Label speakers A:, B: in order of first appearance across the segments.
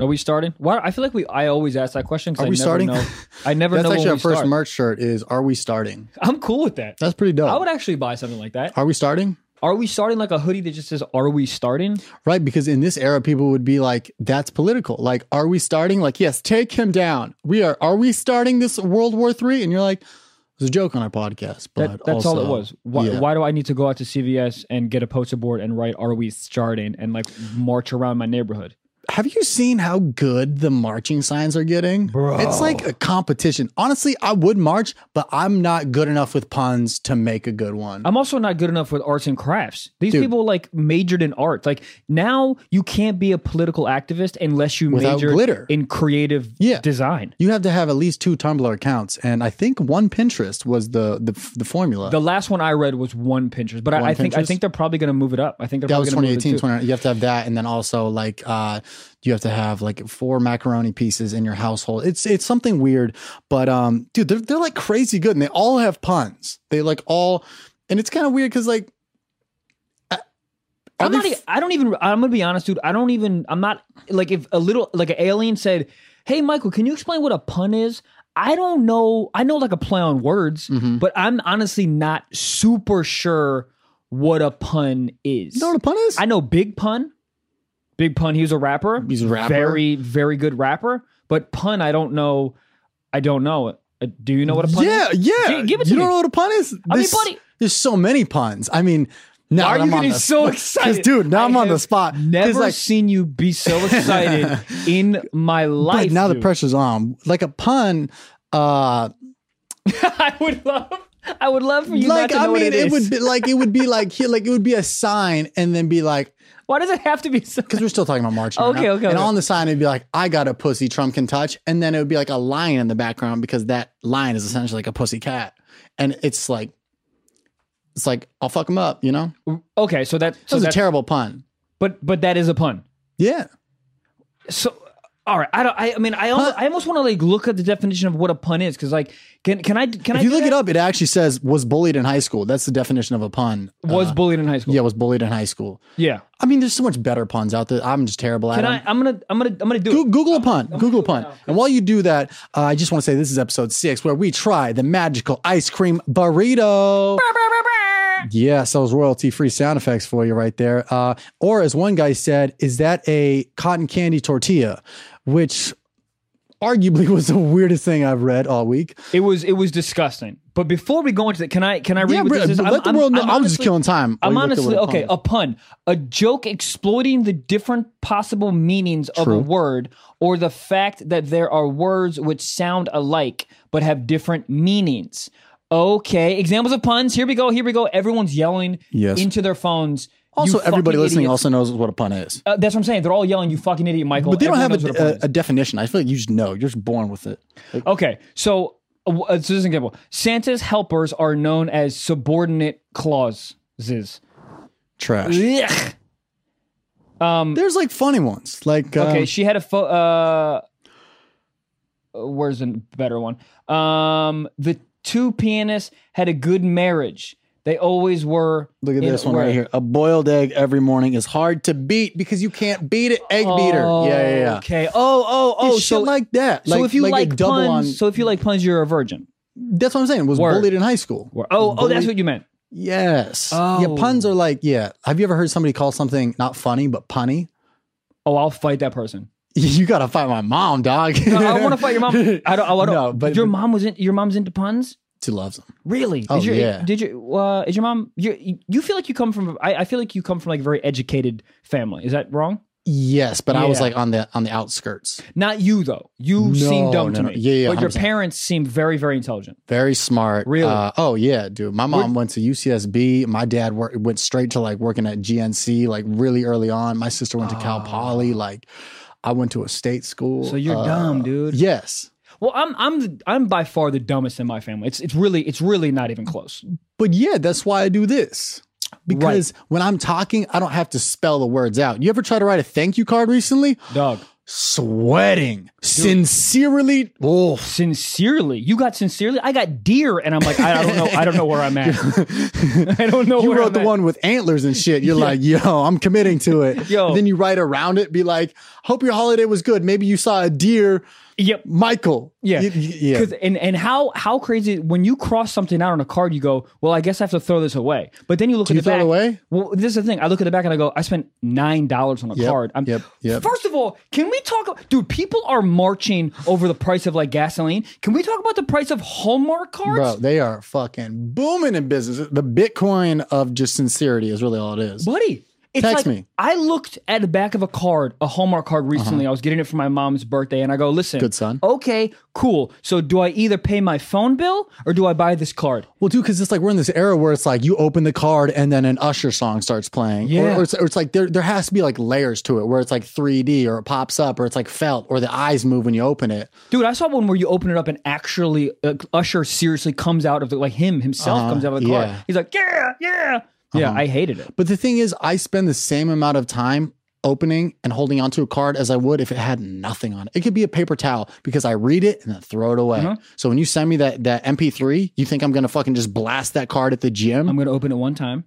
A: Are we starting? Why I feel like we I always ask that question. 'cause
B: Are
A: I
B: we
A: never
B: starting?
A: Know, I never
B: That's
A: know
B: actually
A: when
B: our
A: we
B: first
A: start.
B: merch shirt. Is are we starting?
A: I'm cool with that.
B: That's pretty dope.
A: I would actually buy something like that.
B: are we starting?
A: Are we starting like a hoodie that just says "Are we starting"?
B: Right, because in this era, people would be like, "That's political." Like, are we starting? Like, yes, take him down. We are. Are we starting this World War Three? And you're like, "It's a joke on our podcast." But
A: That, that's all it
B: also-
A: was. Why,
B: yeah.
A: why do I need to go out to CVS and get a poster board and write "Are we starting" and like march around my neighborhood?
B: Have you seen how good the marching signs are getting?
A: Bro.
B: It's like a competition. Honestly, I would march, but I'm not good enough with puns to make a good one.
A: I'm also not good enough with arts and crafts. These
B: Dude.
A: people like majored in art. Like now, you can't be a political activist unless you
B: Without
A: major
B: glitter.
A: in creative
B: Yeah.
A: design.
B: you have to have at least two Tumblr accounts, and I think one Pinterest was the the, the formula.
A: The last one I read was one Pinterest, but I, I think I
B: Pinterest?
A: think they're probably going to move it up. I think they're
B: that
A: probably
B: was
A: going to move it
B: 2018
A: too.
B: 20, you have to have that and then also like uh you have to have like four macaroni pieces in your household it's it's something weird but um dude they're, they're like crazy good and they all have puns they like all and it's kind of weird because like uh, are
A: I'm
B: they
A: not. e-
B: f-
A: I don't even. I'm gonna be honest, dude. I don't even. I'm not like if a little like an alien said, "Hey, Michael, can you explain what a pun is?" I don't know. I know like a play on words,
B: Mhm.
A: but I'm honestly not super sure what a pun is.
B: you know what a pun is
A: I know Big Pun. Big Pun. He was a rapper.
B: He's a rapper.
A: Very, very good rapper. But pun, I don't know. I don't know. Uh, Do you know what a pun
B: yeah
A: is?
B: yeah
A: Gi- give it to
B: you
A: me.
B: don't know what a pun
A: I
B: is
A: mean,
B: There's-
A: buddy.
B: there's so many puns i mean now
A: Why are
B: that
A: you
B: I'm on
A: getting
B: the-
A: so
B: 'Cause,
A: excited?
B: dude now
A: I
B: i'm on the
A: have
B: spot 'Cause,
A: Never
B: like,
A: seen you be so excited in my life.
B: but now the
A: dude.
B: pressure's on like a pun uh
A: I would love. I would love for you not
B: like
A: to know
B: I
A: what
B: mean,
A: it
B: it,
A: is.
B: would be like it would be like here, like it would be a sign, and then be like,
A: Why does it have to be so?
B: because we're still talking about marching. right
A: Okay,
B: now.
A: okay,
B: And
A: okay.
B: on the sign, it'd be like, I got a pussy Trump can touch, and then it would be like a lion in the background because that lion is essentially like a pussy cat, and it's like, it's like I'll fuck him up, you know.
A: Okay, so that
B: So
A: so
B: it's a
A: that,
B: terrible pun.
A: but but that is a pun.
B: Yeah,
A: So all right, I don't. I, I mean, I almost, I almost want to like look at the definition of what a pun is because like can can I can I
B: if you
A: do
B: look
A: that?
B: it up, it actually says was bullied in high school. That's the definition of a pun.
A: Was
B: Uh,
A: bullied in high school.
B: yeah, was bullied in high school.
A: Yeah.
B: I mean, there's so much better puns out there. I'm just terrible at
A: Can
B: them.
A: I? I'm gonna I'm gonna I'm gonna do
B: Go-
A: it.
B: Google a pun. Google a pun. And while you do that, uh, I just want to say this is episode six where we try the magical ice cream burrito. Yes, those royalty free sound effects for you right there. Uh, or as one guy said, is that a cotton candy tortilla? Which arguably was the weirdest thing I've read all week.
A: It was it was disgusting. But before we go into that, can I can I read
B: Yeah,
A: what
B: but,
A: this is?
B: but
A: I'm-
B: let the
A: I'm-
B: world know.
A: I'm
B: I was just
A: honestly-
B: killing time.
A: I'm
B: while you looked at
A: honestly
B: what
A: okay.
B: pun
A: A pun, a joke exploiting the different possible meanings of a
B: True.
A: word, or the fact that there are words which sound alike but have different meanings. Okay, examples of puns. Here we go. Here we go. Everyone's yelling
B: Yes.
A: into their phones.
B: also,
A: "You
B: everybody
A: fucking
B: listening
A: idiots."
B: also knows what a pun is.
A: Uh, that's what I'm saying. They're all yelling, "You fucking idiot, Michael!"
B: But they don't
A: Everyone knows
B: have
A: what pun
B: a,
A: is.
B: a, a definition. I feel like you just know. You're just born with it. Like,
A: Okay, so uh, so this is an example. Santa's helpers are known as subordinate clauses.
B: trash.
A: Blech. Um.
B: There's like funny ones, like um,
A: Okay, she had a pho- uh. Where's a better one? Um, the two pianists had a good marriage. They always were.
B: look at
A: in
B: this one
A: order.
B: right here. A boiled egg every morning is hard to beat because you can't beat it. Egg beater, yeah, yeah, yeah.
A: Okay. Oh, oh,
B: Oh,
A: oh.
B: shit
A: So,
B: like that.
A: so if you
B: a
A: like,
B: double
A: puns,
B: on,
A: so if you like puns, you're a virgin.
B: that's what I'm saying. Was
A: Word.
B: bullied in high school.
A: Oh, oh, that's what you meant.
B: Yes.
A: Oh.
B: Yeah, puns are like yeah. Have you ever heard somebody call something not funny but punny?
A: Oh, I'll fight that person.
B: You gotta fight my mom, dog.
A: No, I want to fight your mom. I don't. I don't.
B: No, but-
A: your mom was in. Your mom's into puns.
B: She loves them.
A: Really?
B: Oh,
A: is your,
B: yeah.
A: Did you? Uh, is your mom? You, you feel like you come from? I, I feel like you come from like a very educated family. Is that wrong?
B: Yes, but I was
A: Yeah.
B: like on the on the outskirts.
A: Not you though. You
B: No,
A: seem dumb
B: no,
A: to
B: no.
A: me.
B: Yeah, yeah,
A: But your
B: 100%.
A: parents seem very, very intelligent.
B: Very smart.
A: Really?
B: Uh, oh yeah, dude. My mom went to UCSB. My dad wor- went straight to like working at GNC like really early on. My sister went to Cal Poly. Like I went to a state school.
A: Ah. So you're
B: Uh,
A: dumb, dude.
B: Yes,
A: Well, I'm I'm the, I'm by far the dumbest in my family. It's it's really it's really not even close.
B: but yeah, that's why I do this because when I'm talking, I don't have to spell the words out. You ever try to write a thank you card recently?
A: Dog.
B: sweating. Sincerely. Oh,
A: Sincerely, you got sincerely. I got deer, and I'm like, I don't know. I don't know where I'm at. I don't know.
B: you
A: where
B: wrote
A: I'm
B: the
A: at.
B: one with antlers and shit. You're like, yo, I'm committing to it.
A: Yo.
B: And then you write around it, be like, hope your holiday was good. Maybe you saw a deer,
A: Yep.
B: Michael.
A: Yeah.
B: Y- y- yeah.
A: 'Cause- and and how how crazy when you cross something out on a card, you go, well, I guess I have to throw this away. But then you look at
B: you
A: the
B: throw it
A: back.
B: away?
A: Well, this is the thing. I look at the back and I go, I spent nine dollars on a
B: Yep,
A: card. I'm,
B: yep, yep.
A: First of all, can we talk, dude? People are marching over the price of like gasoline. Can we talk about the price of Hallmark cards?
B: Bro, they are fucking booming in business. The Bitcoin of just sincerity is really all it is.
A: buddy. It's
B: Text
A: like,
B: me. Uh-huh.
A: I looked at the back of a card, a Hallmark card recently. I was getting it for my mom's birthday, and I go, "Listen,
B: Good son.
A: Okay, cool. So, do I either pay my phone bill or do I buy this card?
B: Well, dude, because it's like we're in this era where it's like you open the card and then an Usher song starts playing. Or-
A: Yeah.
B: Or, it's, or it's like there, there has to be like layers to it where it's like 3D or it pops up or it's like felt or the eyes move when you open it.
A: Dude, I saw one where you open it up and actually uh, Usher seriously comes out of the like him himself comes out of the car.
B: Uh-huh. yeah. Uh-huh.
A: He's like, yeah, yeah, yeah. I hated it.
B: But the thing is, I spend the same amount of time opening and holding onto a card as I would if it had nothing on it. It could be a paper towel because I read it and then throw it away.
A: Uh-huh.
B: So when you send me that that MP3, you think I'm gonna fucking just blast that card at the gym,
A: I'm gonna open it one time,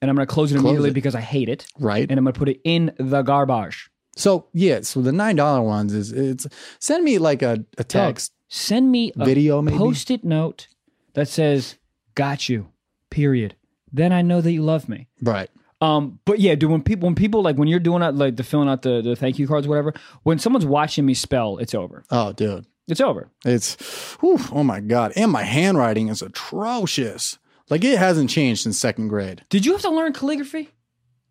A: and I'm gonna close it immediately
B: it.
A: because I hate it,
B: right?
A: and I'm gonna put it in the garbage.
B: so yeah, so the nine dollar ones is it's send me like a, a text
A: Send me Oh, a
B: video maybe.
A: post-it note that says "Got you." Period. Then I know that you love me.
B: right.
A: Um, but yeah, dude, when people when people like when you're doing out like the filling out the the thank you cards, whatever. When someone's watching me spell, it's over.
B: Oh dude.
A: It's over.
B: It's whew, oh my god. And my handwriting is atrocious. Like it hasn't changed since second grade.
A: Did you have to learn calligraphy?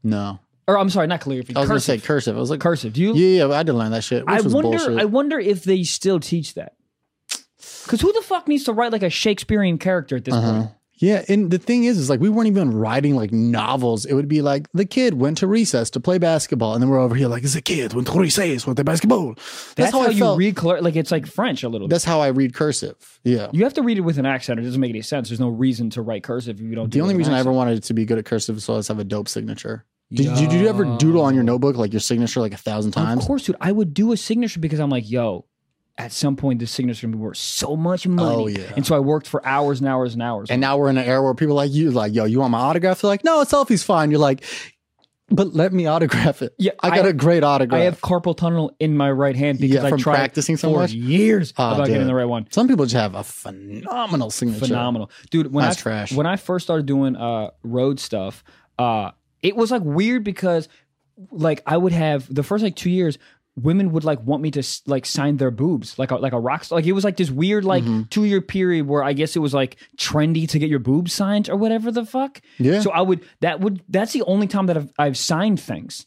B: No.
A: Or I'm sorry, not calligraphy.
B: I was
A: cursive.
B: gonna say cursive. I was like,
A: cursive. Do you?
B: yeah, yeah, I did learn that shit. Which
A: I
B: was
A: wonder.
B: bullshit.
A: I wonder if they still teach that. Because who the fuck needs to write like a Shakespearean character at this point?
B: Uh-huh. Yeah, and the thing is, is like we weren't even writing like novels. It would be like the kid went to recess to play basketball, and then we're over here like the kid went to recess with the basketball. That's,
A: That's,
B: how,
A: how,
B: I
A: you
B: felt.
A: read. Calli- like it's like French a little bit.
B: That's how I read cursive. Yeah.
A: You have to read it with an accent. It doesn't make any sense. There's no reason to write cursive if you don't.
B: The
A: do
B: only
A: it with
B: reason
A: an
B: I ever
A: accent.
B: wanted to be good at cursive is so I just have a dope signature. Did, did you ever doodle on your notebook like your signature like a thousand times?
A: Of course, dude. I would do a signature because I'm like, yo. At some point, this signature would be worth so much money,
B: Oh, yeah.
A: and so I worked for hours and hours and hours.
B: And now we're in an era where people are like you like, yo, you want my autograph? They're like, no, a selfie's fine. You're like, but let me autograph it.
A: Yeah,
B: I got
A: I-
B: a great autograph.
A: I have carpal tunnel in my right hand because
B: Yeah,
A: I
B: from
A: tried
B: practicing so
A: for
B: much?
A: years
B: Oh,
A: about getting
B: dude.
A: the right one.
B: Some people just have a phenomenal signature.
A: phenomenal, dude. When
B: That's
A: I
B: trash.
A: when I first started doing uh road stuff, uh, it was like weird because like I would have the first like two years. Women would like want me to s- like sign their boobs like a, like a rock star. Like it was like this weird like
B: Mm-hmm.
A: two year period where I guess it was like trendy to get your boobs signed or whatever the fuck.
B: Yeah.
A: So I would that would that's the only time that I've I've signed things.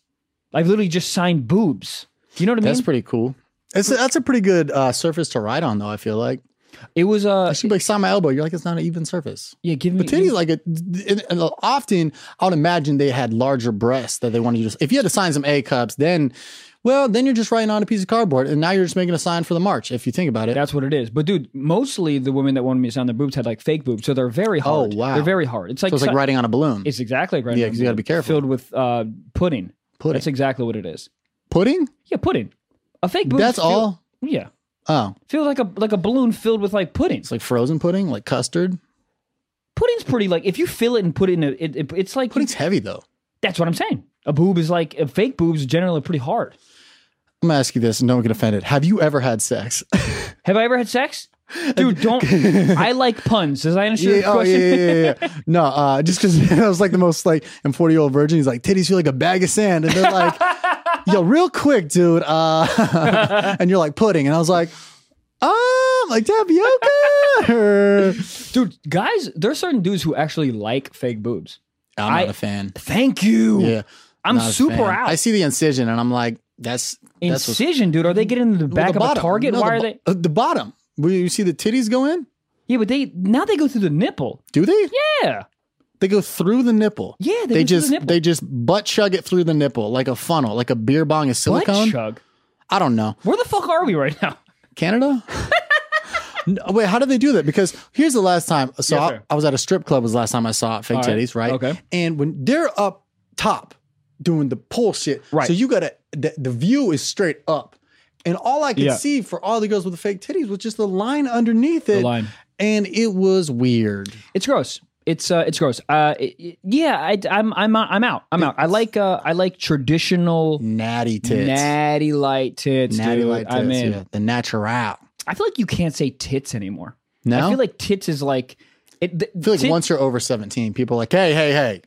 A: I've literally just signed boobs. You know what I mean?
B: That's pretty cool. It's a, that's a pretty good uh, surface to ride on, though. I feel like
A: it was uh
B: I should be like sign my elbow. You're like it's not an even surface.
A: yeah. Give me
B: But titties, like a, and- and often, I would imagine they had larger breasts that they wanted you to. If you had to sign some A cups, then, well, then you're just writing on a piece of cardboard, and now you're just making a sign for the march. If you think about it,
A: That's what it is. But dude, mostly the women that wanted me to sign their boobs had like fake boobs, so they're very hard.
B: Oh, wow.
A: they're very hard. It's like,
B: so it's like
A: si-
B: writing on a balloon.
A: it's exactly right.
B: Yeah, 'cause you gotta be careful.
A: Filled with uh, pudding.
B: Pudding.
A: That's exactly what it is.
B: pudding.
A: Yeah, pudding. A fake boob.
B: That's all.
A: Yeah,
B: Oh,
A: feels like a like a balloon filled with like pudding.
B: it's like frozen pudding, like custard.
A: Pudding's pretty like if you fill it and put it in a, it, it- it's like
B: Pudding's heavy though.
A: that's what I'm saying. A boob is like a fake boobs generally pretty hard.
B: I'm gonna ask you this, and no one get offended. Have you ever had sex?
A: Have I ever had sex? Dude, don't. I like puns. Does I answer your
B: Yeah, oh, yeah,
A: question?
B: yeah, yeah, yeah. No, uh, just because I was like the most like, I'm 40 year old virgin. He's like, titties feel like a bag of sand. And they're like, yo, real quick, dude. Uh, and you're like, pudding. And I was like, um, like tapioca. or-
A: Dude, guys, there's certain dudes who actually like fake boobs.
B: I'm
A: I-
B: not a fan.
A: Thank you.
B: Yeah.
A: I'm
B: not a
A: super
B: fan.
A: out.
B: I see the incision and I'm like, that's, that's what's-
A: Incision, dude. Are they getting into the
B: well,
A: back of a target?
B: No,
A: Why
B: the,
A: are
B: bo-
A: they?
B: uh, The bottom. Where you see the titties go in?
A: Yeah, but they now they go through the nipple.
B: Do they?
A: Yeah,
B: They go through the nipple.
A: yeah. They,
B: They,
A: go through
B: just
A: the nipple.
B: they just butt chug it through the nipple like a funnel, like a beer bong of
A: Butt
B: silicone.
A: chug.
B: I don't know.
A: Where the fuck are we right now?
B: Canada? No, wait, how did they do that? Because here's the last time. So
A: Yes,
B: I-
A: sir.
B: I, was at a strip club. Was the last time I saw fake
A: All right.
B: titties, right?
A: Okay.
B: And when they're up top doing the pull shit,
A: Right.
B: So you gotta the, the view is straight up, And all I could
A: Yeah.
B: see for all the girls with the fake titties was just the line underneath
A: The
B: it.
A: line.
B: And it was weird.
A: It's gross. It's uh, it's gross. Uh, it- it- yeah, I, I'm I'm I'm out. I'm out. I like uh, I like traditional
B: Natty tits.
A: natty light tits.
B: Natty
A: dude.
B: light tits.
A: I'm in.
B: yeah. The natural.
A: I feel like you can't say tits anymore.
B: No?
A: I feel like tits is like it. th-
B: I feel like
A: tit-
B: once you're over 17, people are like, hey, hey, hey,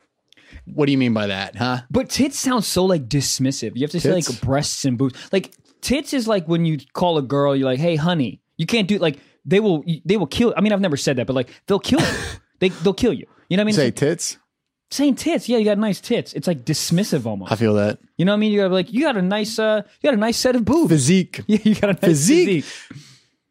B: what do you mean by that, huh?
A: but tits sounds so like dismissive. You have to say
B: Tits?
A: like breasts and boobs. Like tits is like when you call a girl, you're like, hey, honey. You can't do like they will they will kill. I mean, I've never said that, but like they'll kill you. they they'll kill you. You know what I mean?
B: Say
A: It's
B: tits.
A: like, saying tits, yeah, you got nice tits. It's like dismissive almost.
B: I feel that.
A: You know what I mean? You got like you got a nice uh you got a nice set of boobs.
B: Physique.
A: Yeah, you got a nice
B: Physique?
A: physique.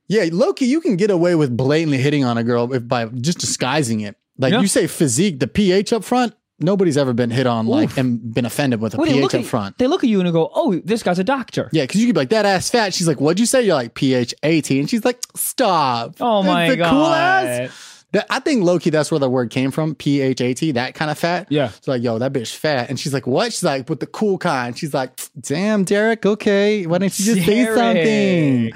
B: Yeah, Loki, you can get away with blatantly hitting on a girl if, by just disguising it. Like
A: Yeah.
B: you say physique, the pH up front, nobody's ever been hit on like
A: Oof.
B: and been offended with a
A: Well, they
B: pH
A: look
B: up
A: at-
B: front.
A: They look at you and they go, "Oh, this guy's a doctor."
B: Yeah, because you could be like, that ass fat. She's like, what'd you say? You're like, pH 18. And she's like, stop.
A: Oh
B: It's
A: my
B: the
A: god.
B: Cool ass. That, I think Loki, that's where the word came from. pH 18, that kind of fat.
A: Yeah.
B: It's like, yo, that bitch fat. And she's like, what? She's like, with the cool kind. She's like, damn, Derek, okay. Why don't you just say something?
A: Derek.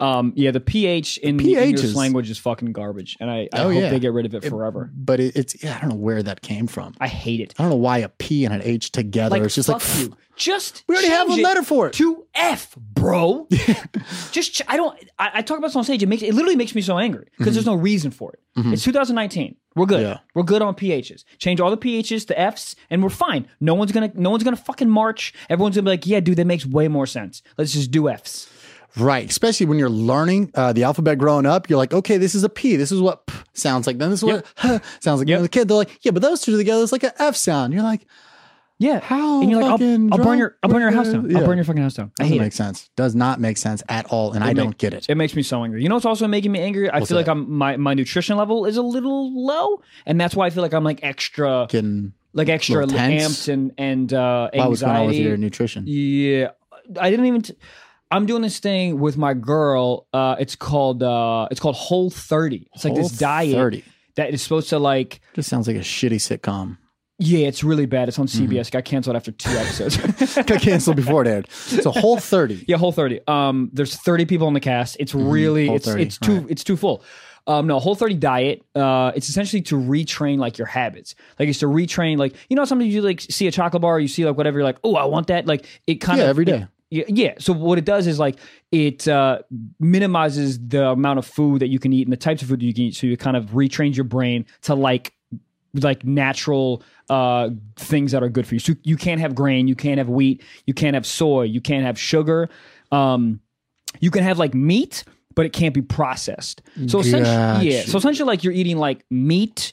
A: Um, yeah, the pH in the
B: pH
A: English
B: is-
A: language is fucking garbage, and I, I
B: Oh,
A: hope
B: yeah.
A: they get rid of it forever.
B: But it, it's, yeah, I don't know where that came from.
A: I hate it.
B: I don't know why a P and an H together.
A: Like,
B: it's just
A: fuck
B: like
A: you. Just
B: We already have
A: change
B: a
A: it
B: letter for it.
A: to F, bro. just ch- I don't. I, I talk about this on stage. It makes it literally makes me so angry because there's no reason for it. It's 2019. We're good.
B: Mm-hmm. Yeah.
A: We're good on PHs. Change all the PHs to Fs, and we're fine. No one's gonna. No one's gonna fucking march. Everyone's gonna be like, yeah, dude, that makes way more sense. Let's just do Fs.
B: Right. Especially when you're learning uh, the alphabet growing up, you're like, okay, this is a P. This is what P sounds like. Then this is what huh sounds like.
A: Yep.
B: And the kid, they're like, yeah, but those two together, it's like an F sound. You're like,
A: Yeah.
B: How
A: And you're like,
B: fucking
A: I'll, I'll burn
B: drunk
A: your, I'll burn your
B: were
A: house
B: you?"
A: down.
B: Yeah.
A: I'll burn your fucking house down. I
B: doesn't
A: hate
B: make
A: it.
B: sense. Does not make sense at all. And I
A: make-
B: don't get it.
A: It makes me so angry. You know what's also making me angry? I feel like
B: that?
A: I'm my, my nutrition level is a little low, and that's why I feel like I'm like extra,
B: Getting
A: like extra
B: little tense?
A: amped and and uh, anxiety.
B: wow, what's going on with your nutrition?
A: Yeah, I didn't even. T- I'm doing this thing with my girl. Uh, it's called uh, it's called Whole 30. It's like this
B: Whole
A: diet
B: 30.
A: that is supposed to like.
B: Just sounds like a shitty sitcom.
A: Yeah, it's really bad. It's on
B: Mm-hmm.
A: CBS. It Got canceled after two episodes.
B: Got canceled before it aired. It's a whole 30.
A: Yeah, whole thirty. Um, there's thirty people on the cast. It's really
B: Mm-hmm. Whole
A: it's
B: 30,
A: it's too
B: right.
A: it's too full. Um, no, whole thirty diet. Uh, it's essentially to retrain like your habits. Like it's to retrain like you know sometimes you like see a chocolate bar, you see like whatever, you're like oh I want that. Like it kind
B: Yeah,
A: of
B: every day.
A: yeah, yeah. So what it does is like it uh, minimizes the amount of food that you can eat and the types of food that you can eat. So you kind of retrains your brain to like like natural uh, things that are good for you. So you can't have grain, you can't have wheat, you can't have soy, you can't have sugar. Um, you can have like meat, but it can't be processed. So
B: Gotcha.
A: essentially, yeah. So essentially, like you're eating like meat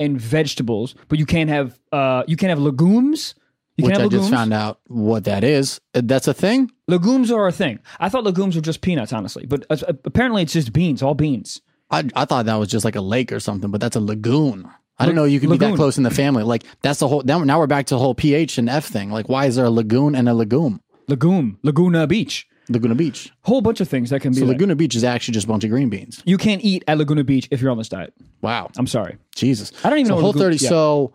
A: and vegetables, but you can't have uh, you can't have legumes. You
B: Which
A: can't
B: I
A: have
B: just
A: legumes.
B: found out what that is. Uh, That's a thing.
A: Legumes are a thing. I thought legumes were just peanuts, honestly, but uh, apparently it's just beans, all beans.
B: I, I thought that was just like a lake or something, but that's a lagoon. I didn't know you could be that
A: lagoon.
B: close in the family. Like that's the whole. Now, now we're back to the whole pH and F thing. Like why is there a lagoon and a legume?
A: Legume, Laguna Beach,
B: Laguna Beach.
A: whole bunch of things that can be.
B: So
A: like-
B: Laguna Beach is actually just a bunch of green beans.
A: you can't eat at Laguna Beach if you're on this diet.
B: Wow,
A: I'm sorry.
B: Jesus.
A: I don't even
B: so
A: know what
B: Whole
A: lagoon-
B: thirty.
A: yeah.
B: So,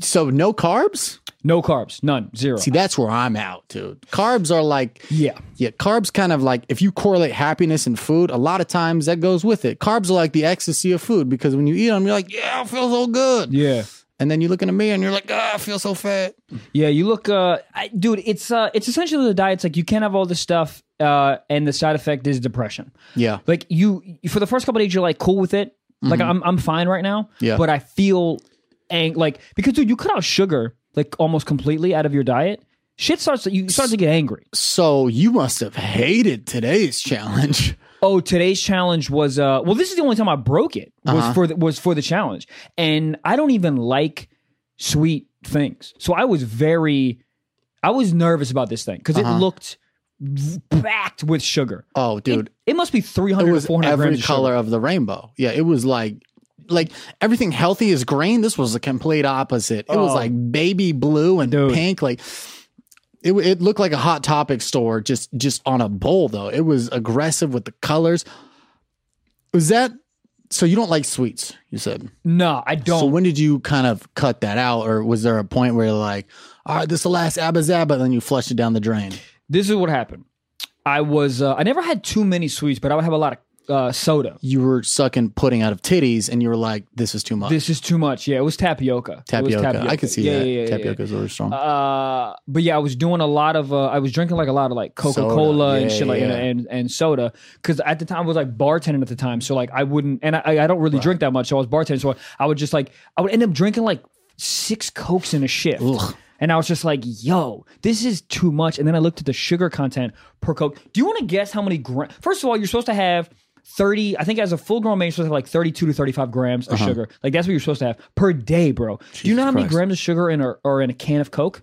B: so no carbs.
A: No carbs, none, zero.
B: See, that's where I'm out, dude. Carbs are like
A: yeah.
B: Yeah, carbs kind of like if you correlate happiness and food, a lot of times that goes with it. Carbs are like the ecstasy of food because when you eat them, you're like, yeah, I feel so good.
A: Yeah.
B: And then you look in the mirror and you're like, ah, I feel so fat.
A: Yeah, you look, uh, I, dude. It's uh, it's essentially the diet's like you can't have all this stuff, uh, and the side effect is depression.
B: Yeah.
A: Like you, for the first couple days, you're like cool with it. Like I'm, I'm fine right now.
B: Mm-hmm. Yeah.
A: But I feel, ang- like because dude, you cut out sugar like almost completely out of your diet. Shit starts to, you start to get angry.
B: So you must have hated today's challenge.
A: Oh, today's challenge was uh well this is the only time I broke it was
B: Uh-huh.
A: for the, was for the challenge. And I don't even like sweet things. So I was very I was nervous about this thing cuz
B: Uh-huh.
A: it looked v- packed with sugar.
B: Oh, dude.
A: It must be
B: It,
A: 300 or
B: was
A: 400
B: every
A: grams of
B: color
A: sugar.
B: of the rainbow. Yeah, it was like like everything healthy is green. This was the complete opposite. It was
A: Oh.
B: like baby blue and
A: Dude.
B: pink. Like it, it looked like a hot topic store just just on a bowl though. It was aggressive with the colors. Was that so you don't like sweets, you said.
A: No, I don't.
B: So when did you kind of cut that out? Or was there a point where you're like, all right, this is the last Abba Zabba, and then you flushed it down the drain?
A: this is what happened. I was uh, I never had too many sweets, but I would have a lot of uh, soda.
B: You were sucking pudding out of titties, and you were like, "This is too much."
A: This is too much. Yeah, it was tapioca. It was
B: tapioca. I could see
A: Yeah,
B: that.
A: yeah, yeah, yeah,
B: tapioca is really strong.
A: uh but yeah i was doing a lot of uh i was drinking like a lot of like coca-cola
B: Soda.
A: and
B: Yeah,
A: shit like
B: yeah.
A: and, and and soda because at the time i was like bartending at the time so like i wouldn't and i i don't really drink that much so i was bartending so i would just like i would end up drinking like six cokes in a shift and i was just like yo this is too much and then i looked at the sugar content per coke do you want to guess how many grams first of all you're supposed to have 30 i think as a full grown man you're supposed to have like 32 to 35 grams of sugar like that's what you're supposed to have per day bro do you know how many
B: Uh-huh. Christ.
A: grams of sugar in or, or in a can of coke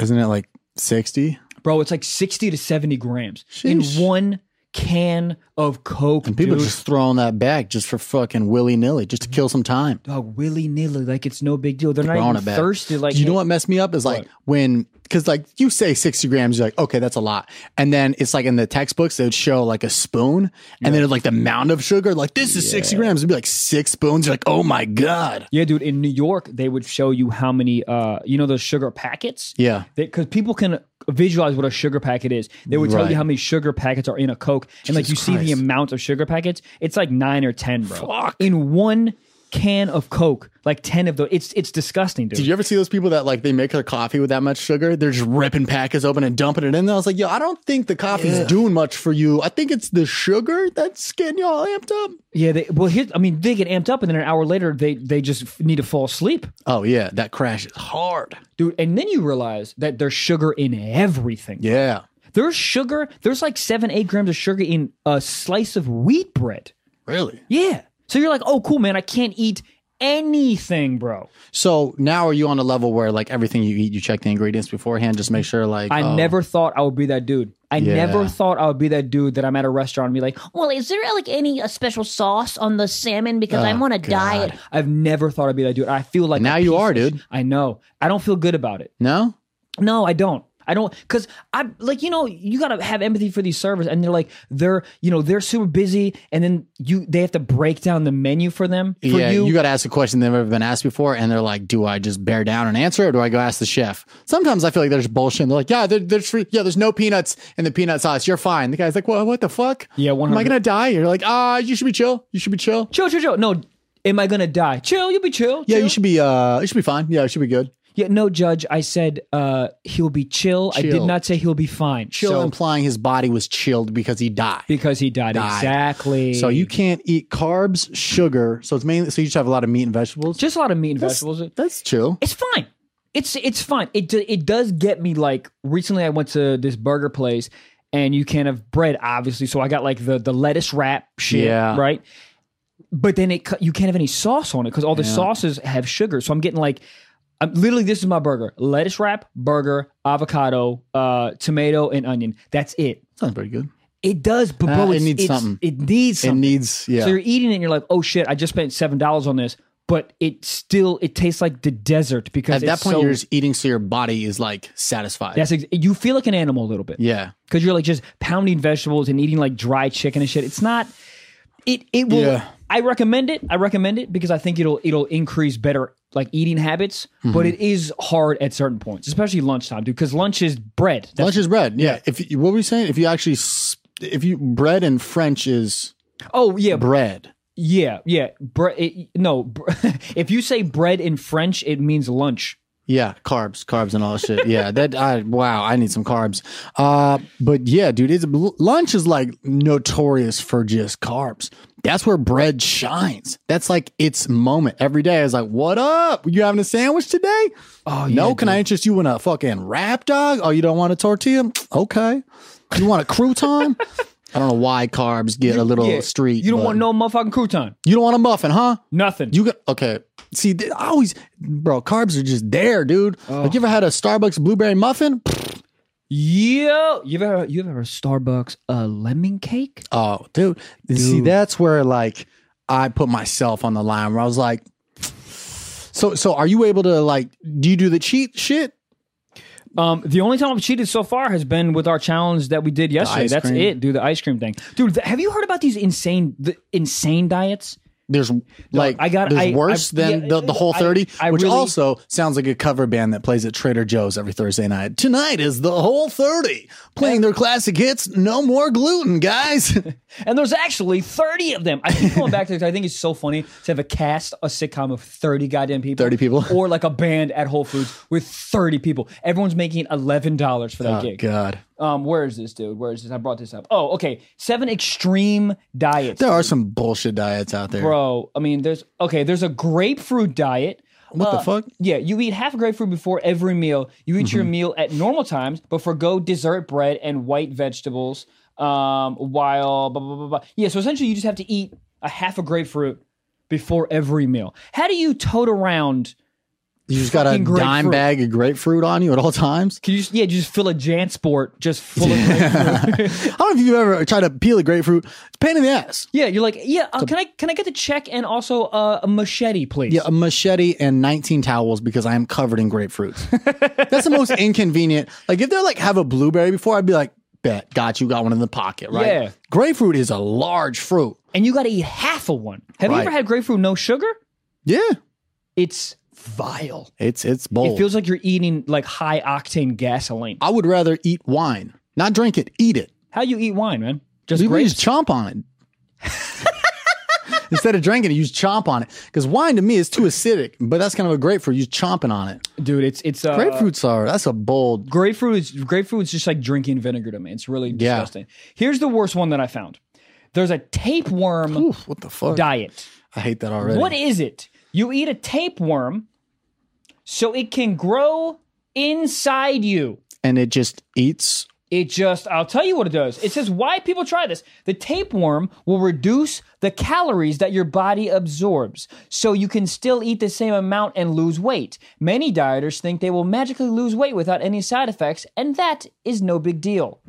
B: Isn't it like sixty?
A: bro it's like 60 to 70 grams
B: Sheesh.
A: in one can of coke and
B: People
A: dude.
B: just throwing that back just for fucking willy nilly, just to kill some time.
A: Dog, willy-nilly like it's no big deal they're not
B: Throwing
A: even
B: it back.
A: thirsty like
B: you know what messed me up is like when because like you say 60 grams you're like okay that's a lot and then it's like in the textbooks they would show like a spoon and then like the amount of sugar like this is 60 grams it'd be like six spoons you're like oh my god
A: yeah dude in new york they would show you how many uh you know those sugar packets
B: yeah
A: because people can visualize what a sugar packet is they would tell
B: Right.
A: you how many sugar packets are in a coke and like you
B: Jesus
A: see the
B: Christ.
A: amount of sugar packets it's like nine or ten bro
B: Fuck.
A: in one can of coke like 10 of those it's it's disgusting dude
B: did you ever see those people that like they make their coffee with that much sugar? They're just ripping packets open and dumping it in there. I was like, yo, I don't think the coffee's doing much for you. I think it's the sugar that's getting you all amped up.
A: Yeah, they well, here, I mean, they get amped up, and then an hour later, they they just f- need to fall asleep,
B: Oh yeah, that crash is hard.
A: dude. And then you realize that there's sugar in everything.
B: Yeah.
A: There's sugar. There's like seven, eight grams of sugar in a slice of wheat bread.
B: Really?
A: Yeah. So you're like, oh, cool, man. I can't eat anything, bro.
B: So now are you on a level where like everything you eat, you check the ingredients beforehand, just make sure like
A: I
B: oh,
A: never thought I would be that dude. I never
B: Yeah.
A: thought I would be that dude that I'm at a restaurant and be like,
C: Well, is there like any uh, special sauce on the salmon? Because I'm on a diet.
A: I've never thought I'd be that dude. I feel like
B: Oh, Now
A: a
B: you
A: piece
B: are,
A: of sh-
B: dude.
A: I know. I don't feel good about it.
B: no.
A: No, I don't. I don't because I like you know you gotta have empathy for these servers and they're like they're you know they're super busy and then you they have to break down the menu for them for
B: yeah, you,
A: you.
B: got to ask a question they've never been asked before, and they're like, "Do I just bear down and answer, or do I go ask the chef?" Sometimes I feel like there's bullshit. and They're like, "Yeah, there, there's free, yeah, there's no peanuts in the peanut sauce. You're fine." The guy's like, "What? What the fuck?
A: Yeah,
B: Am I
A: 100.
B: gonna die?" You're like, "Ah, you should be chill. You should be chill.
A: chill, chill, chill. No, am I gonna die? Chill, you'll be chill.
B: Yeah,
A: chill.
B: you should be. Uh, you should be fine. Yeah, you should be good.
A: Yeah, no, judge. I said uh he'll be chill. I did
B: Chill.
A: not say he'll be fine.
B: Chill,
A: So-
B: implying his body was chilled because he died.
A: because he died.
B: Died.
A: exactly.
B: So you can't eat carbs, sugar. So it's mainly so you just have a lot of meat and vegetables.
A: just a lot of meat and vegetables.
B: That's chill.
A: it's fine. It's it's fine. It do- it does get me like recently I went to this burger place and you can't have bread obviously, so I got like the the lettuce wrap shit,
B: Yeah.
A: right? But then it cu- you can't have any sauce on it because all the sauces have sugar. So I'm getting like I'm literally this is my burger: lettuce wrap, burger, avocado, uh, tomato, and onion. That's it.
B: Sounds pretty good.
A: It does, but
B: Uh,
A: bro,
B: it
A: it's-
B: needs
A: it's-
B: something.
A: It needs
B: It
A: something.
B: needs yeah.
A: So you're eating it and you're like, oh shit, I just spent seven dollars on this, but it still it tastes like the desert because
B: At that
A: it's
B: point,
A: so-
B: you're just eating so your body is like satisfied.
A: that's ex- you feel like an animal a little bit
B: yeah.
A: because you're like just pounding vegetables and eating like dry chicken and shit. It's not it it will.
B: Yeah.
A: I recommend it. I recommend it because I think it'll it'll increase better like eating habits,
B: Mm-hmm.
A: but it is hard at certain points, especially lunchtime, dude. Because lunch is bread. That's,
B: Lunch is bread. Yeah. If you, what were you saying? If you actually, s- if you bread and French is
A: oh yeah,
B: bread.
A: yeah, yeah. Bre- it, no, br- if you say bread in French, it means lunch.
B: Yeah, carbs, carbs, and all that shit. Yeah, that I wow, I need some carbs. Uh, but yeah, dude, it's lunch is like notorious for just carbs. That's where bread shines. That's like its moment every day. It's like, what up? You having a sandwich today?
A: Oh
B: no, can I interest you in a fucking wrap dog? Oh, you don't want a tortilla? Okay. You want a crouton? I don't know why carbs get a little
A: Yeah.
B: street.
A: You don't
B: but-
A: want no motherfucking crouton.
B: You don't want a muffin, huh?
A: Nothing.
B: You got okay. See, th- I always, bro, carbs are just there, dude.
A: Oh.
B: Like, you ever had a Starbucks blueberry muffin?
A: Yo, you ever you ever Starbucks a lemon cake?
B: Oh, dude. See, that's where like I put myself on the line where I was like, so, so are you able to like? Do you do the cheat shit?
A: Um, the only time I've cheated so far has been with our challenge that we did yesterday.
B: ice
A: That's
B: cream.
A: it, dude. The ice cream thing, dude. th- have you heard about these insane, the insane diets?
B: There's like
A: I got-
B: there's
A: I-
B: worse
A: I-
B: than
A: yeah,
B: the, the whole
A: I-
B: thirty,
A: I
B: which
A: really-
B: also sounds like a cover band that plays at Trader Joe's every Thursday night. Tonight is the whole thirty playing their classic hits. No more gluten, guys.
A: And there's actually 30 of them. I keep going back to this. I think it's so funny to have a cast, a sitcom of 30 goddamn people.
B: 30 people.
A: Or like a band at Whole Foods with 30 people. Everyone's making $11 for that
B: oh
A: gig.
B: God,
A: Um, where is this, dude? Where is this? I brought this up. Oh, okay. Seven extreme diets.
B: there are some bullshit diets out there.
A: Bro, I mean, there's, okay, there's a grapefruit diet. Uh,
B: what the fuck? Mm-hmm.
A: Yeah, you eat half a grapefruit before every meal. You eat your meal at normal times, but forgo dessert bread and white vegetables. Um, while blah, blah, blah, blah. yeah, so essentially you just have to eat a half a grapefruit before every meal. How do you tote around?
B: You just got a
A: fucking
B: dime
A: grapefruit.
B: bag of grapefruit on you at all times.
A: Can you just, yeah, just fill a Jansport just full of grapefruit?
B: I don't know if you've ever tried to peel a grapefruit. It's a pain in the ass.
A: yeah, you're like, yeah, uh, can I can I get the check and also uh, a machete, please?
B: Yeah, um, a machete and 19 towels because I am covered in grapefruits. That's the most inconvenient. Like if they like have a blueberry before, I'd be like, bet, got you, got one in the pocket, right?
A: Yeah.
B: Grapefruit is a large fruit.
A: and you got to eat half of one. Have you
B: Right.
A: ever had grapefruit no sugar?
B: Yeah.
A: It's vile.
B: It's it's bold.
A: It feels like you're eating like high octane gasoline.
B: I would rather eat wine. Not drink it, eat it.
A: How you eat wine, man? Just
B: You
A: grapes.
B: just chomp on it. Instead of drinking it, you just chomp on it. Because wine to me is too acidic, but that's kind of a grapefruit. You're chomping on it.
A: dude. It's it's uh, grapefruit.
B: Grapefruits are that's a bold
A: Grapefruit is grapefruit is just like drinking vinegar to me. It's really
B: Yeah.
A: disgusting. Here's the worst one that I found. There's a tapeworm
B: Oof, what the fuck?
A: diet.
B: I hate that already.
A: What is it? You eat a tapeworm, so it can grow inside you.
B: and it just eats
A: It just, I'll tell you what it does. It says why people try this. The tapeworm will reduce the calories that your body absorbs, so you can still eat the same amount and lose weight. Many dieters think they will magically lose weight without any side effects, and that is no big deal.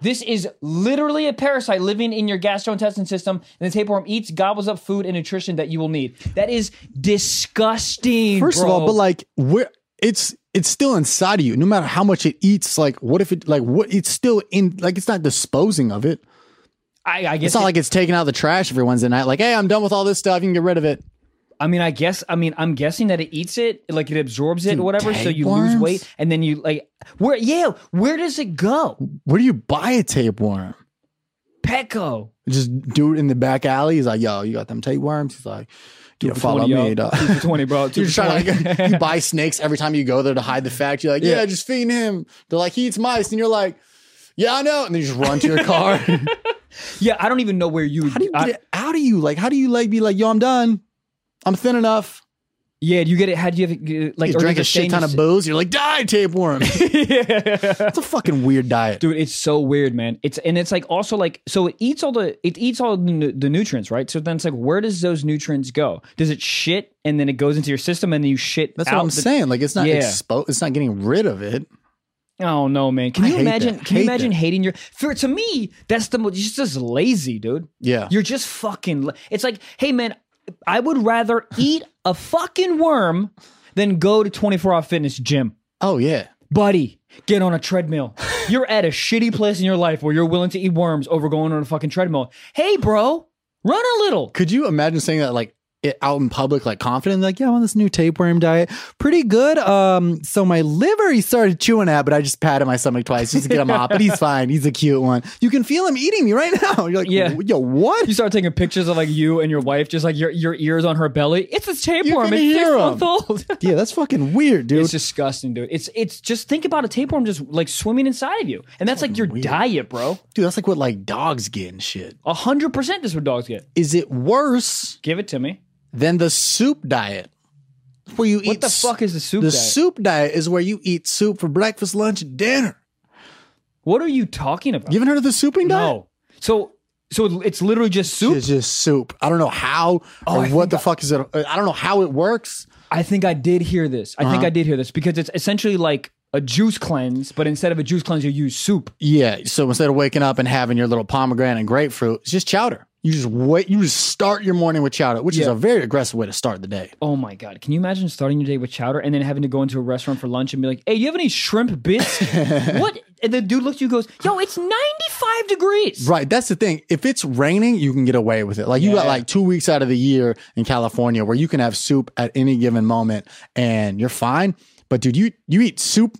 A: This is literally a parasite living in your gastrointestinal system, and the tapeworm eats, gobbles up food and nutrition that you will need. That is disgusting.
B: First of
A: bro.
B: all, but like where it's it's still inside of you, no matter how much it eats. Like, what if it like what it's still in? Like, it's not disposing of it.
A: I, I guess
B: It's not
A: it-
B: like it's taking out the trash every Wednesday night. Like, hey, I'm done with all this stuff. You can get rid of it.
A: I mean, I guess. I mean, I'm guessing that it eats it, like it absorbs it, or whatever. So you lose
B: tapeworms?
A: weight, and then you like where? Yeah, where does it go?
B: Where do you buy a tapeworm?
A: Petco.
B: Just dude in the back alley. He's like, yo, you got them tapeworms. He's like, dude,
A: for
B: follow
A: 20,
B: me.
A: yo.
B: dog.
A: Two for twenty, bro. Two
B: You're
A: for
B: trying
A: 20.
B: to you buy snakes every time you go there to hide the fact. You're like, yeah, just feed him. They're like, he eats mice, and you're like, yeah, I know. And then you just run to your car.
A: yeah, I don't even know where you.
B: How do you
A: I-
B: get it out of you? Like, how do you like be like, yo, I'm done. I'm thin enough.
A: yeah, do you get it? How do you have it? uh, Like
B: You
A: or
B: drink
A: does
B: a
A: it
B: shit
A: stay in
B: ton of
A: your
B: booze. You're like, die, tapeworm. It's
A: s- Yeah.
B: a fucking weird diet.
A: Dude, it's so weird, man. It's and it's like also like so it eats all the it eats all the, nu- the nutrients, right? So then it's like where does those nutrients go? Does it shit and then it goes into your system and then you shit?
B: That's
A: out
B: what I'm
A: the-
B: saying. Like, it's not
A: Yeah.
B: expo- It's not getting rid of it.
A: Oh no, man! Can
B: I
A: you
B: hate
A: imagine?
B: that.
A: Can you
B: Hate
A: imagine
B: that.
A: hating your? For to me, that's the most. You're just lazy, dude.
B: Yeah.
A: You're just fucking. la- It's like, hey, man, I would rather eat a fucking worm than go to 24 hour fitness gym,
B: oh yeah.
A: buddy. Get on a treadmill. You're at a shitty place in your life where you're willing to eat worms over going on a fucking treadmill. Hey, bro, run a little.
B: Could you imagine saying that like it, out in public, like confident, like, yeah, I'm on this new tapeworm diet. Pretty good. Um, so my liver he started chewing at, but I just patted my stomach twice just to get him off. But he's fine. He's a cute one. You can feel him eating me right now. You're like,
A: Yeah.
B: yeah. yo, what?
A: You start taking pictures of like you and your wife, just like your your ears on her belly. It's a tapeworm.
B: can
A: It's six
B: hear 'em.
A: months old.
B: Yeah, that's fucking weird, dude.
A: It's disgusting, dude. It's it's just think about a tapeworm just like swimming inside of you, and that's like your diet, bro.
B: Dude, that's like what like dogs get and shit.
A: A hundred percent, this is what dogs get.
B: Is it worse
A: Give it to me.
B: than the soup diet? Where you
A: What
B: eat
A: the
B: s-
A: fuck is the soup?
B: the
A: diet?
B: soup diet is where you eat soup for breakfast, lunch, and dinner.
A: What are you talking about?
B: You haven't heard of the souping diet?
A: no. So so it's literally just soup.
B: It's just soup. I don't know how
A: Oh,
B: or what the fuck is it. I don't know how it works.
A: I think I did hear this. I
B: Uh-huh.
A: think I did hear this because it's essentially like a juice cleanse, but instead of a juice cleanse, you use soup.
B: Yeah. So instead of waking up and having your little pomegranate and grapefruit, it's just chowder. You just wait. You just start your morning with chowder, which is
A: Yeah.
B: a very aggressive way to start the day.
A: Oh my god! Can you imagine starting your day with chowder and then having to go into a restaurant for lunch and be like, "Hey, do you have any shrimp bits? what? and the dude looks at you and goes, Yo, it's 95 degrees.
B: Right, that's the thing. If it's raining, you can get away with it. Like you got
A: Yeah.
B: like two weeks out of the year in California where you can have soup at any given moment and you're fine. But dude, you you eat soup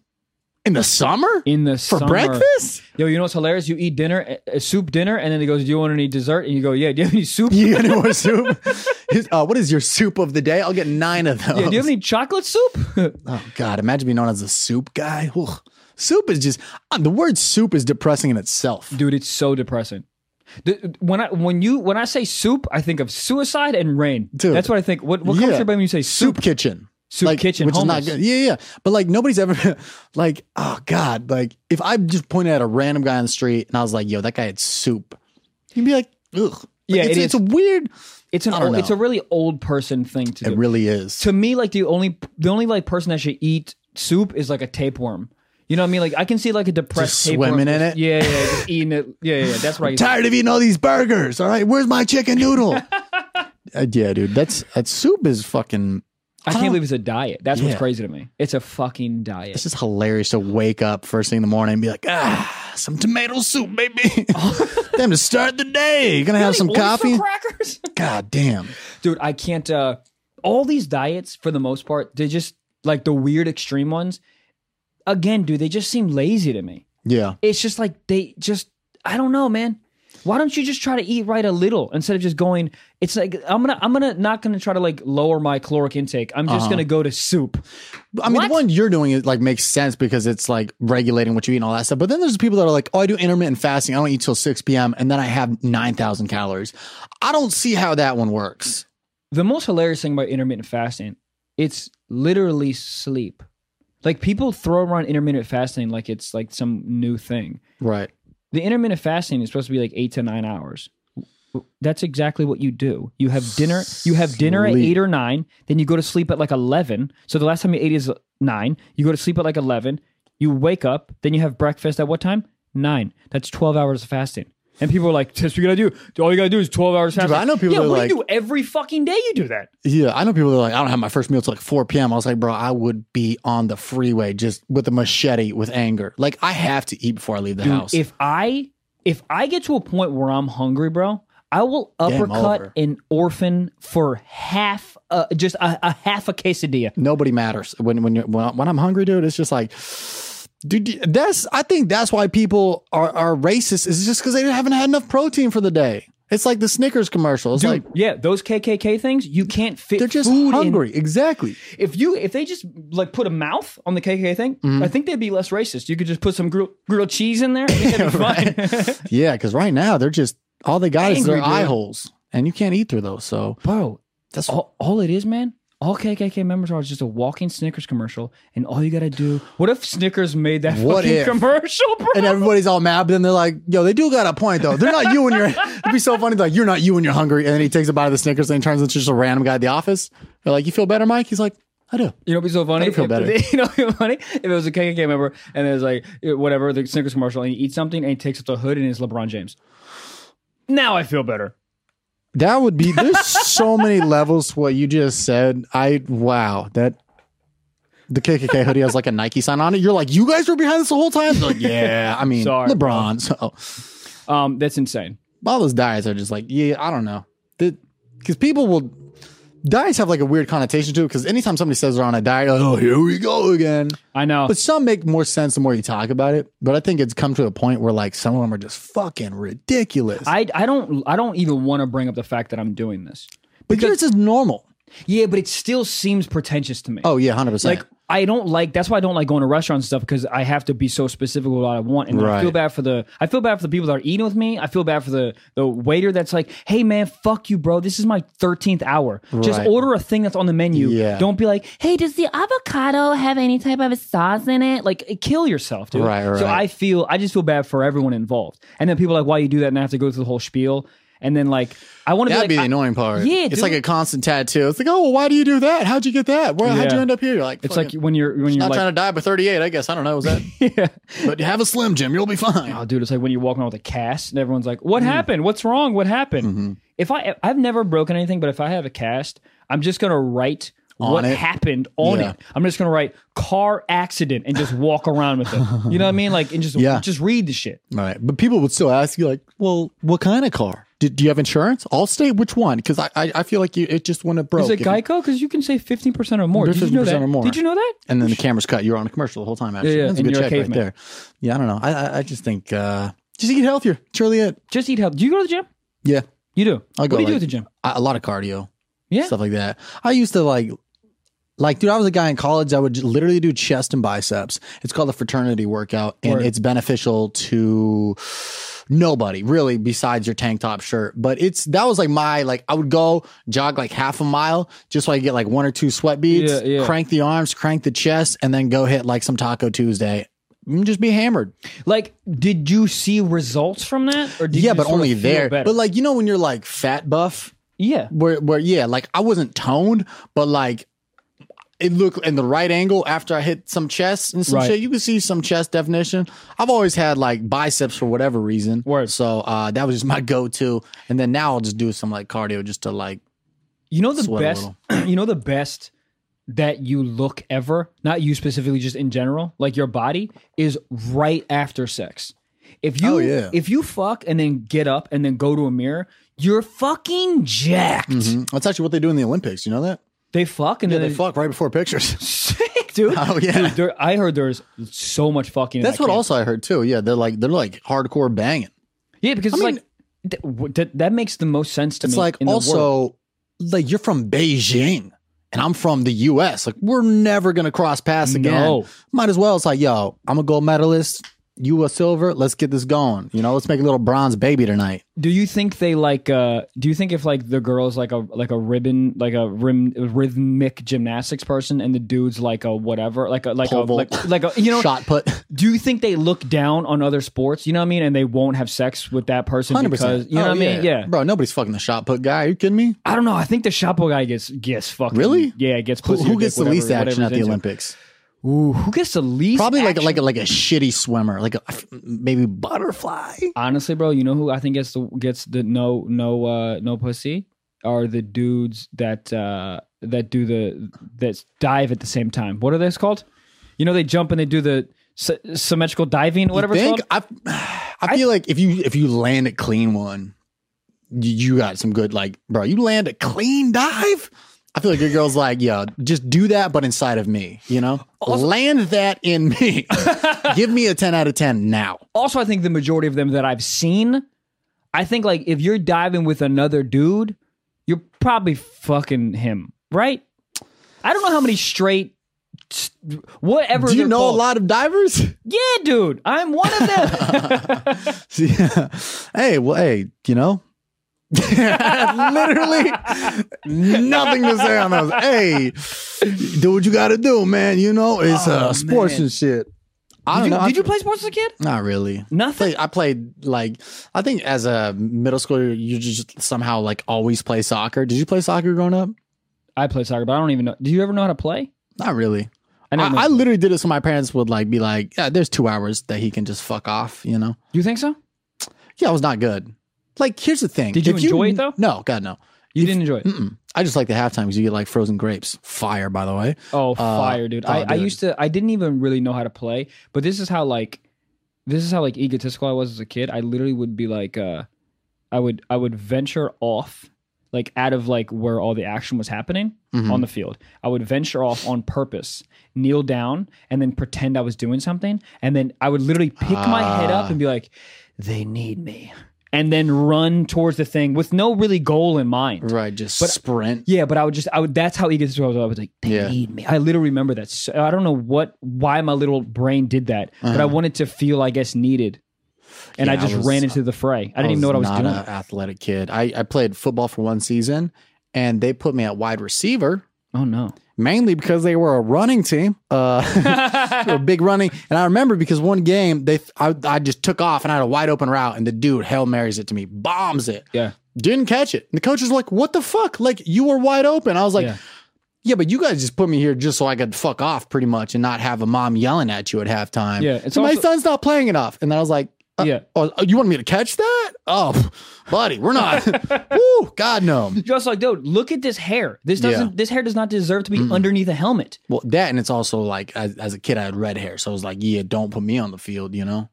B: in the summer
A: In the
B: for
A: summer.
B: breakfast?
A: Yo, you know what's hilarious? You eat dinner, a soup dinner, and then he goes, Do you want any dessert? And you go, Yeah, do you have any soup?
B: You got any more soup? His- uh, what is your soup of the day? I'll get nine of those.
A: Yeah, do you have any chocolate soup?
B: Oh God! Imagine being known as a soup guy. Ugh. Soup is just uh, the word soup is depressing in itself.
A: Dude, it's so depressing. The- when I when you when I say soup, I think of suicide and rain.
B: Dude.
A: That's what I think. What what comes
B: Yeah.
A: to your brain when you say
B: Soup
A: soup?
B: kitchen,
A: Soup
B: Like,
A: kitchen,
B: which
A: homeless.
B: is not good. Yeah, yeah. But like nobody's ever like, oh God! Like if I just pointed at a random guy on the street and I was like, yo, that guy had soup, he'd be like, ugh. Like,
A: Yeah,
B: it's,
A: it
B: it's
A: is.
B: a weird.
A: It's an
B: I don't
A: old,
B: know.
A: it's a really old person thing to do.
B: It really is.
A: to me, like the only the only like person that should eat soup is like a tapeworm. You know what I mean? Like I can see like a depressed
B: Just
A: tapeworm
B: swimming in
A: just-
B: it?
A: Yeah, yeah, yeah, just eating it. Yeah, yeah, yeah. That's right.
B: Tired of eating all these burgers. All right, where's my chicken noodle? Uh, yeah, dude. That's that soup is fucking.
A: I
B: don't-
A: can't believe it's a diet. That's
B: Yeah.
A: what's crazy to me. It's a fucking diet.
B: It's just hilarious to wake up first thing in the morning and be like, ah, some tomato soup, baby. Time to start the day. You're gonna have some
A: Order
B: coffee.
A: crackers.
B: God damn.
A: dude i can't uh all these diets for the most part they just like the weird extreme ones again dude they just seem lazy to me
B: Yeah.
A: it's just like they just i don't know man why don't you just try to eat right a little instead of just going it's like i'm gonna i'm gonna not gonna try to like lower my caloric intake i'm
B: Uh-huh.
A: just gonna go to soup
B: I mean,
A: What?
B: the one you're doing it like makes sense because it's like regulating what you eat and all that stuff. But then there's people that are like, oh, I do intermittent fasting. I don't eat till 6 p.m. and then I have 9,000 calories. I don't see how that one works.
A: the most hilarious thing about intermittent fasting it's literally sleep like people throw around intermittent fasting like it's like some new thing
B: Right.
A: the intermittent fasting is supposed to be like eight to nine hours. That's exactly what you do. You have dinner. You have dinner at
B: Sleep.
A: eight or nine. Then you go to sleep at like eleven. So the last time you ate is nine. You go to sleep at like eleven. You wake up. Then you have breakfast at what time? Nine. That's twelve hours of fasting. And people are like, "That's what you gotta do. All you gotta do is twelve hours fasting."
B: I know people
A: Yeah,
B: that are
A: what do you
B: like-
A: do every fucking day? You do that.
B: Yeah. I know people that are like, I don't have my first meal till like 4 p.m. I was like, bro, I would be on the freeway just with a machete with anger. Like, I have to eat before I leave the house.
A: If I if I get to a point where I'm hungry, bro, I will
B: over.
A: uppercut an orphan for half, uh, just a, a half a quesadilla.
B: nobody matters when when you're when, I- when I'm hungry, dude. It's just like, dude, that's I think that's why people are are racist is just because they haven't had enough protein for the day. It's like the Snickers commercial. It's
A: Dude,
B: like
A: yeah, those KKK things you can't fit.
B: they're just
A: food in-
B: hungry. Exactly.
A: If you if they just like put a mouth on the KKK thing,
B: Mm-hmm.
A: I think they'd be less racist. You could just put some grilled grilled cheese in there. I think that'd be fine.
B: Yeah, because right now they're just all they got is their
A: Angry, dude.
B: eye holes, and you can't eat through those. So
A: Bro,
B: that's
A: all, all it is, man. All KKK members are just a walking Snickers commercial, and all you gotta do. What if Snickers made that
B: What
A: fucking
B: if?
A: commercial, bro?
B: and everybody's all mad. But then they're like, "Yo, they do got a point though. They're not you when you're." It'd be so funny. Like you're not you when you're hungry, and then he takes a bite of the Snickers and he turns into just a random guy at the office. They're like, "You feel better, Mike?" He's like, "I do."
A: You know, it'd be so funny.
B: That'd feel
A: if-
B: better.
A: you know, it'd be funny if it was a KKK member and it was like it- whatever the Snickers commercial, and he eats something and he takes up the hood and it's LeBron James. Now I feel better.
B: That would be there's so many levels to what you just said. I wow, that the KKK hoodie has like a Nike sign on it. You're like, you guys were behind this the whole time. They're like, yeah, I mean,
A: Sorry,
B: LeBron. So
A: Um, that's insane.
B: all those diets are just like, yeah, I don't know, because people will diets have like a weird connotation to it. Because anytime somebody says they're on a diet, like, oh, here we go again.
A: I know.
B: But some make more sense the more you talk about it. But I think it's come to a point where like some of them are just fucking ridiculous.
A: I I don't I don't even want to bring up the fact that I'm doing this.
B: but yours is normal.
A: Yeah, but it still seems pretentious to me.
B: Oh yeah, hundred percent.
A: Like I don't like that's why I don't like going to restaurants and stuff because I have to be so specific with what I want and I
B: Right.
A: feel bad for the I feel bad for the people that are eating with me. I feel bad for the the waiter that's like, "Hey man, fuck you, bro. This is my 13th hour. Just
B: Right.
A: order a thing that's on the menu.
B: Yeah.
A: Don't be like, "Hey, does the avocado have any type of sauce in it?" Like kill yourself, dude.
B: Right,
A: So
B: right.
A: I feel I just feel bad for everyone involved. And then people are like, "Why you do that?" and I have to go through the whole spiel. And then like I want to be
B: That'd
A: like
B: be the
A: I-
B: annoying part.
A: Yeah,
B: it's
A: dude.
B: like a constant tattoo. It's like, oh, well, why do you do that? How'd you get that? Where? How'd
A: Yeah.
B: you end up here? You're like,
A: it's
B: fucking-
A: like when you're when you're
B: not
A: like
B: trying to die by 38. I guess I don't know. Was that?
A: yeah.
B: but have a slim Jim, you'll be fine.
A: Oh, dude, it's like when you're walking around with a cast and everyone's like,
B: Mm.
A: "What happened? What's
B: Mm-hmm.
A: wrong? What happened?" If I I've never broken anything, but if I have a cast, I'm just gonna write what
B: it.
A: happened on
B: Yeah.
A: it. I'm just gonna write car accident and just walk around with it. You know what I mean? Like and just
B: Yeah.
A: just read the shit.
B: Right. But people would still ask you, like, well, what kind of car? Do, do you have insurance? Allstate? Which one? Because I, I, I feel like you, it just went to broke.
A: Is it
B: If you-
A: Geico? Because you can say 15% or more. Did you know
B: 15%
A: that?
B: or more.
A: Did you know that?
B: And then the camera's cut. You're on a commercial the whole time, actually.
A: Yeah, yeah.
B: That's a
A: And
B: good
A: you're a
B: check right
A: caveman.
B: there. Yeah, I don't know. I, I, I just think, uh, just eat healthier. It's really it.
A: Just eat healthy. Do you go to the gym?
B: Yeah.
A: You do.
B: I'll
A: what
B: go,
A: do you do at
B: like-
A: the gym?
B: A a lot of cardio.
A: Yeah.
B: Stuff like that. I used to like, like, dude, I was a guy in college. I would j- literally do chest and biceps. It's called a fraternity workout, and
A: Word.
B: it's beneficial to nobody really besides your tank top shirt. But it's that was like my like I would go jog like half a mile just so I could get like one or two sweat beats,
A: Yeah, yeah.
B: crank the arms, crank the chest, and then go hit like some Taco Tuesday. and Just be hammered.
A: Like, did you see results from that? Or did
B: yeah,
A: you
B: but
A: sort of
B: only
A: feel
B: there.
A: better?
B: But like you know when you're like fat buff,
A: yeah.
B: where where yeah, like I wasn't toned, but like it looked in the right angle after I hit some chest and some
A: Right.
B: shit. You can see some chest definition. I've always had like biceps for whatever reason.
A: Word.
B: So uh, that was just my go to, and then now I'll just do some like cardio just to like
A: You know the
B: Sweat a
A: best. You know the best that you look ever. Not you specifically, just in general. Like your body is right after sex. If you
B: Oh, yeah.
A: if you fuck and then get up and then go to a mirror, you're fucking jacked.
B: Mhm. that's actually what they do in the Olympics. You know that?
A: They fuck and
B: Yeah,
A: then
B: they fuck right before pictures.
A: Sick, dude.
B: Oh, yeah.
A: Dude, there, I heard there's so much fucking. in
B: that's
A: that
B: what
A: camp.
B: also I heard too. Yeah, they're like they're like hardcore banging.
A: Yeah, because
B: I
A: it's
B: mean-
A: like th- w- th- that makes the most sense to
B: It's
A: me.
B: like
A: in the world.
B: also like you're from Beijing and I'm from the US. Like we're never gonna cross paths again.
A: No.
B: Might as well. It's like, yo, I'm a gold medalist, you a silver, let's get this going. You know, let's make a little bronze baby tonight.
A: do you think they like? uh Do you think if like the girls like a like a ribbon like a rim, rhythmic gymnastics person and the dudes like a whatever like a like a
B: Pole vault.
A: like, like a you know
B: Shot put.
A: do you think they look down on other sports? You know what I mean? And they won't have sex with that person
B: Hundred
A: because
B: percent. Oh,
A: you know what I mean? Yeah.
B: Bro, nobody's fucking the shot put guy. Are you kidding me?
A: I don't know. I think the Chapo guy gets gets fucking
B: Really?
A: Yeah, gets
B: Who,
A: pussy or
B: who
A: dick,
B: gets the
A: whatever-
B: least action
A: whatever
B: at the
A: he's into.
B: Olympics?
A: Ooh, who gets the least?
B: Probably like a,
A: action?
B: like a, like a shitty swimmer, like a maybe butterfly.
A: honestly, bro, you know who I think gets the gets the no no uh no pussy are the dudes that uh that do the that dive at the same time. What are those called? You know they jump and they do the sy- symmetrical diving, whatever it's
B: Think
A: called.
B: I, I feel like if you if you land a clean one, you, you got some good like, bro. You land a clean dive. I feel like your girl's like, yo, just do that, but inside of me, you know, land that in me. Give me a ten out of ten now.
A: Also, I think the majority of them that I've seen, I think like if you're diving with another dude, you're probably fucking him, right? I don't know how many straight. Whatever.
B: Do you
A: they're
B: know
A: called.
B: a lot of divers?
A: Yeah, dude, I'm one of them.
B: Yeah. Hey, well, hey, you know, literally nothing to say on those. Hey, do what you got to do, man. You know, it's uh, sports and shit. I
A: Oh, did,
B: don't
A: you,
B: know.
A: did you play sports as a kid?
B: Not really.
A: Nothing.
B: Play- I played like I think as a middle schooler, you just somehow like always play soccer. Did you play soccer growing up?
A: I play soccer, but I don't even know. Do you ever know how to play?
B: Not really. I,
A: never know.
B: I, literally did it so my parents would like be like, "Yeah, there's two hours that he can just fuck off," you know.
A: You think so?
B: Yeah, it was not good. Like, here's the thing.
A: Did you enjoy it, though?
B: No, God no.
A: You didn't enjoy it.
B: Mm-mm. I just like the halftime because you get like frozen grapes. Fire, by the way.
A: Oh, fire, dude. I,
B: oh,
A: I
B: dude.
A: used to, I didn't even really know how to play, but this is how, like, this is how, like, egotistical I was as a kid. I literally would be like, uh, I would, I would venture off, like, out of, like, where all the action was happening
B: Mm-hmm. Hmm.
A: on the field. I would venture off on purpose, kneel down, and then pretend I was doing something. And then I would literally pick my head up and be like, they need me. And then run towards the thing with no really goal in mind.
B: Right, just sprint.
A: Yeah, but I would just I would that's how egotistical I was. I was like, they
B: Yeah.
A: need me. I literally remember that. So, I don't know what why my little brain did that, but I wanted to feel I guess needed, and I
B: Uh-huh. Yeah, I
A: just
B: was-
A: ran into the fray. I didn't even know what I was
B: not
A: doing.
B: An athletic kid. I, I played football for one season, and they put me at wide receiver
A: oh no,
B: mainly because they were a running team. Uh, they were big running, and I remember because one game they I, I just took off and I had a wide open route, and the dude hail marys it to me, bombs it.
A: yeah,
B: Didn't catch it. And the coach was like, "What the fuck? Like you were wide open." I was like,
A: Yeah.
B: "Yeah, but you guys just put me here just so I could fuck off, pretty much, and not have a mom yelling at you at halftime."
A: Yeah, it's
B: my
A: also-
B: son's not playing enough, and then I was like,
A: yeah.
B: Oh, you want me to catch that? Oh, buddy, we're not. Woo, God no.
A: Just like, dude, look at this hair. This doesn't.
B: Yeah.
A: This hair does not deserve to be underneath a helmet.
B: Well, that and it's also like as, as a kid, I had red hair, so I was like, yeah, don't put me on the field, you know.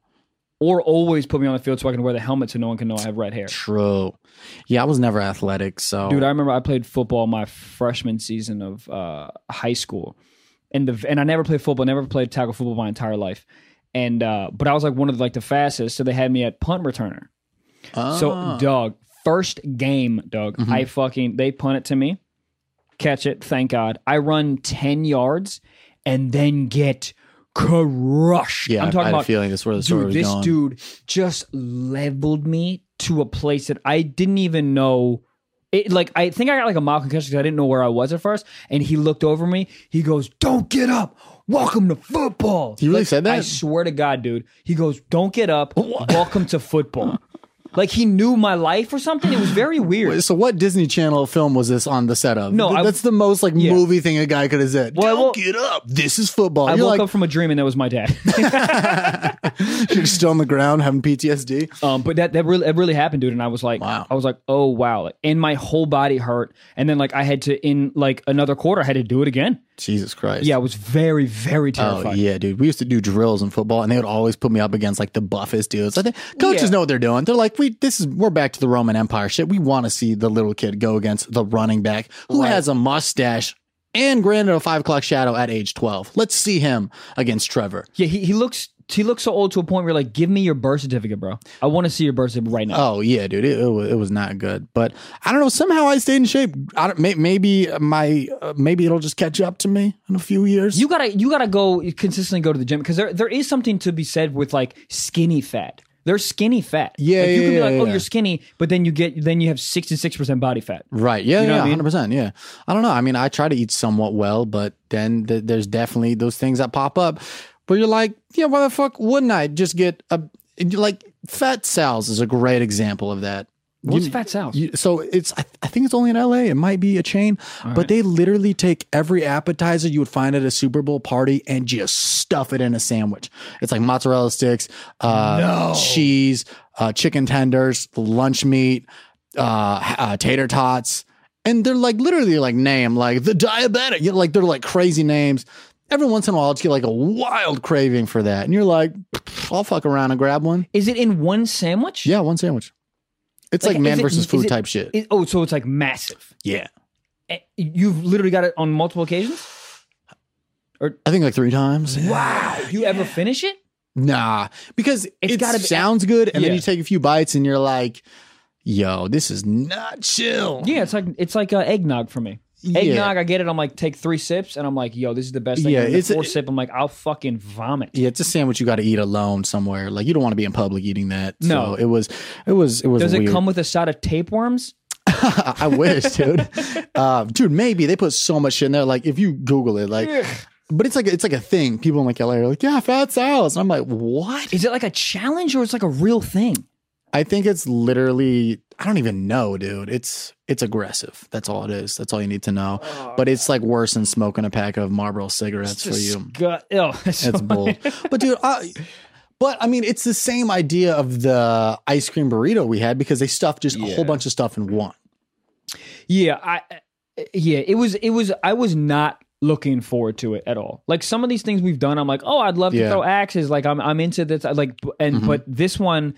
A: Or always put me on the field so I can wear the helmet so no one can know I have red hair.
B: True. Yeah, I was never athletic, so
A: Dude, I remember I played football my freshman season of uh, high school, and the and I never played football, never played tackle football my entire life, and uh, but I was like one of like the fastest, so they had me at punt returner. So,
B: Ah. Mm-hmm.
A: dog, first game, dog, I fucking they punt it to me, catch it, thank God. I run ten yards and then get crushed.
B: yeah, i
A: I'm talking
B: I had
A: about
B: a feeling that's where the story
A: dude.
B: was
A: This
B: going.
A: dude just leveled me to a place that I didn't even know. It like I think I got like a mild concussion because I didn't know where I was at first, and he looked over me. He goes, "Don't get up. Welcome to football."
B: He really
A: Like,
B: said that?
A: I swear to God, dude. He goes, "Don't get up. Welcome to football." like he knew my life or something. It was very weird.
B: so what Disney Channel film was this on the set of?
A: No,
B: Th-
A: I-
B: that's the most like
A: Yeah.
B: movie thing a guy could have said.
A: Well, I
B: Don't
A: woke-
B: get up. This is football.
A: I
B: you're
A: woke
B: like
A: up from a dream and that was my dad.
B: you're still on the ground having PTSD.
A: Um, but that that really it really happened, dude. And I was like,
B: Wow.
A: I was like, oh wow, like, and my whole body hurt. And then like I had to in like another quarter, I had to do it again.
B: Jesus Christ.
A: Yeah, I was very very
B: Oh
A: terrified.
B: yeah, dude. We used to do drills in football, and they would always put me up against like the buffest dudes. I think coaches
A: Yeah.
B: know what they're doing. They're like, we this is we're back to the Roman Empire shit. We want to see the little kid go against the running back who has a mustache and granted a five o'clock shadow at age twelve. Let's see him against Trevor.
A: Yeah, he, he looks he looks so old to a point where like, give me your birth certificate, bro. I want to see your birth certificate right now.
B: Oh yeah, dude. It, it, was, it was not good, but I don't know. Somehow I stayed in shape. I don't, may, maybe my uh, maybe it'll just catch up to me in a few years.
A: you gotta you gotta go consistently go to the gym because there there is something to be said with like skinny fat. There's skinny fat.
B: Yeah,
A: like, you
B: yeah,
A: can be
B: yeah,
A: like, oh,
B: yeah.
A: you're skinny, but then you get then you have sixty six percent body fat.
B: Right. Yeah.
A: know
B: yeah.
A: what I mean?
B: Hundred percent. Yeah. I don't know. I mean, I try to eat somewhat well, but then th- there's definitely those things that pop up where you're like, yeah, why the fuck wouldn't I just get a like fat cells is a great example of that.
A: What's
B: You-
A: fat cells?
B: you- so it's I, I think it's only in LA. It might be a chain, but they literally take every appetizer you would find at a Super Bowl party and just stuff it in a sandwich. It's like mozzarella sticks, uh, cheese, uh, chicken tenders, lunch meat, uh, h- uh, tater tots, and they're like literally like name like the diabetic. You know, like they're like crazy names. Every once in a while, it's get like a wild craving for that, and you're like, I'll fuck around and grab one.
A: Is it in one sandwich?
B: Yeah, one sandwich. It's like,
A: is
B: man
A: it-
B: versus
A: is
B: food
A: it-
B: type shit.
A: It- oh, so it's like massive.
B: yeah.
A: Eh, You've literally got it on multiple occasions.
B: I think like three times.
A: Wow! You ever finish it?
B: Nah, because it
A: gotta be-
B: sounds good, and then
A: Yeah.
B: you take a few bites, and you're like, "Yo, this is not chill."
A: Yeah, it's like it's like uh, eggnog for me.
B: Yeah.
A: Eggnog, I get it. I'm like, take three sips, and I'm like, yo, this is the best thing.
B: Yeah,
A: Yeah,
B: it's-
A: it's fourth sip. I'm like, I'll fucking vomit.
B: Yeah, it's a sandwich you got to eat alone somewhere. Like you don't want to be in public eating that.
A: No.
B: so it was, it was, it was.
A: Does
B: weird.
A: it come with a shot of tapeworms?
B: I wish, dude. Uh, dude, maybe they put so much shit in there. Like if you Google it, like, but it's like it's like a thing. People in like LA are like, "Yeah, fat salads," and I'm like, "What?"
A: Is it like a challenge or it's like a real thing?
B: I think it's literally I don't even know, dude. It's it's aggressive. That's all it is. That's all you need to know. but it's like worse than smoking a pack of Marlboro cigarettes for you.
A: God, ew.
B: It's bull. but dude, I, but I mean, it's the same idea of the ice cream burrito we had because they stuffed just a
A: Yeah.
B: whole bunch of stuff in one.
A: Yeah, I eh, yeah, it was it was I was not looking forward to it at all. Like some of these things we've done, I'm like, oh, I'd love
B: Yeah.
A: to throw axes. Like I'm I'm into this. I like b- and
B: Mhm.
A: but this one,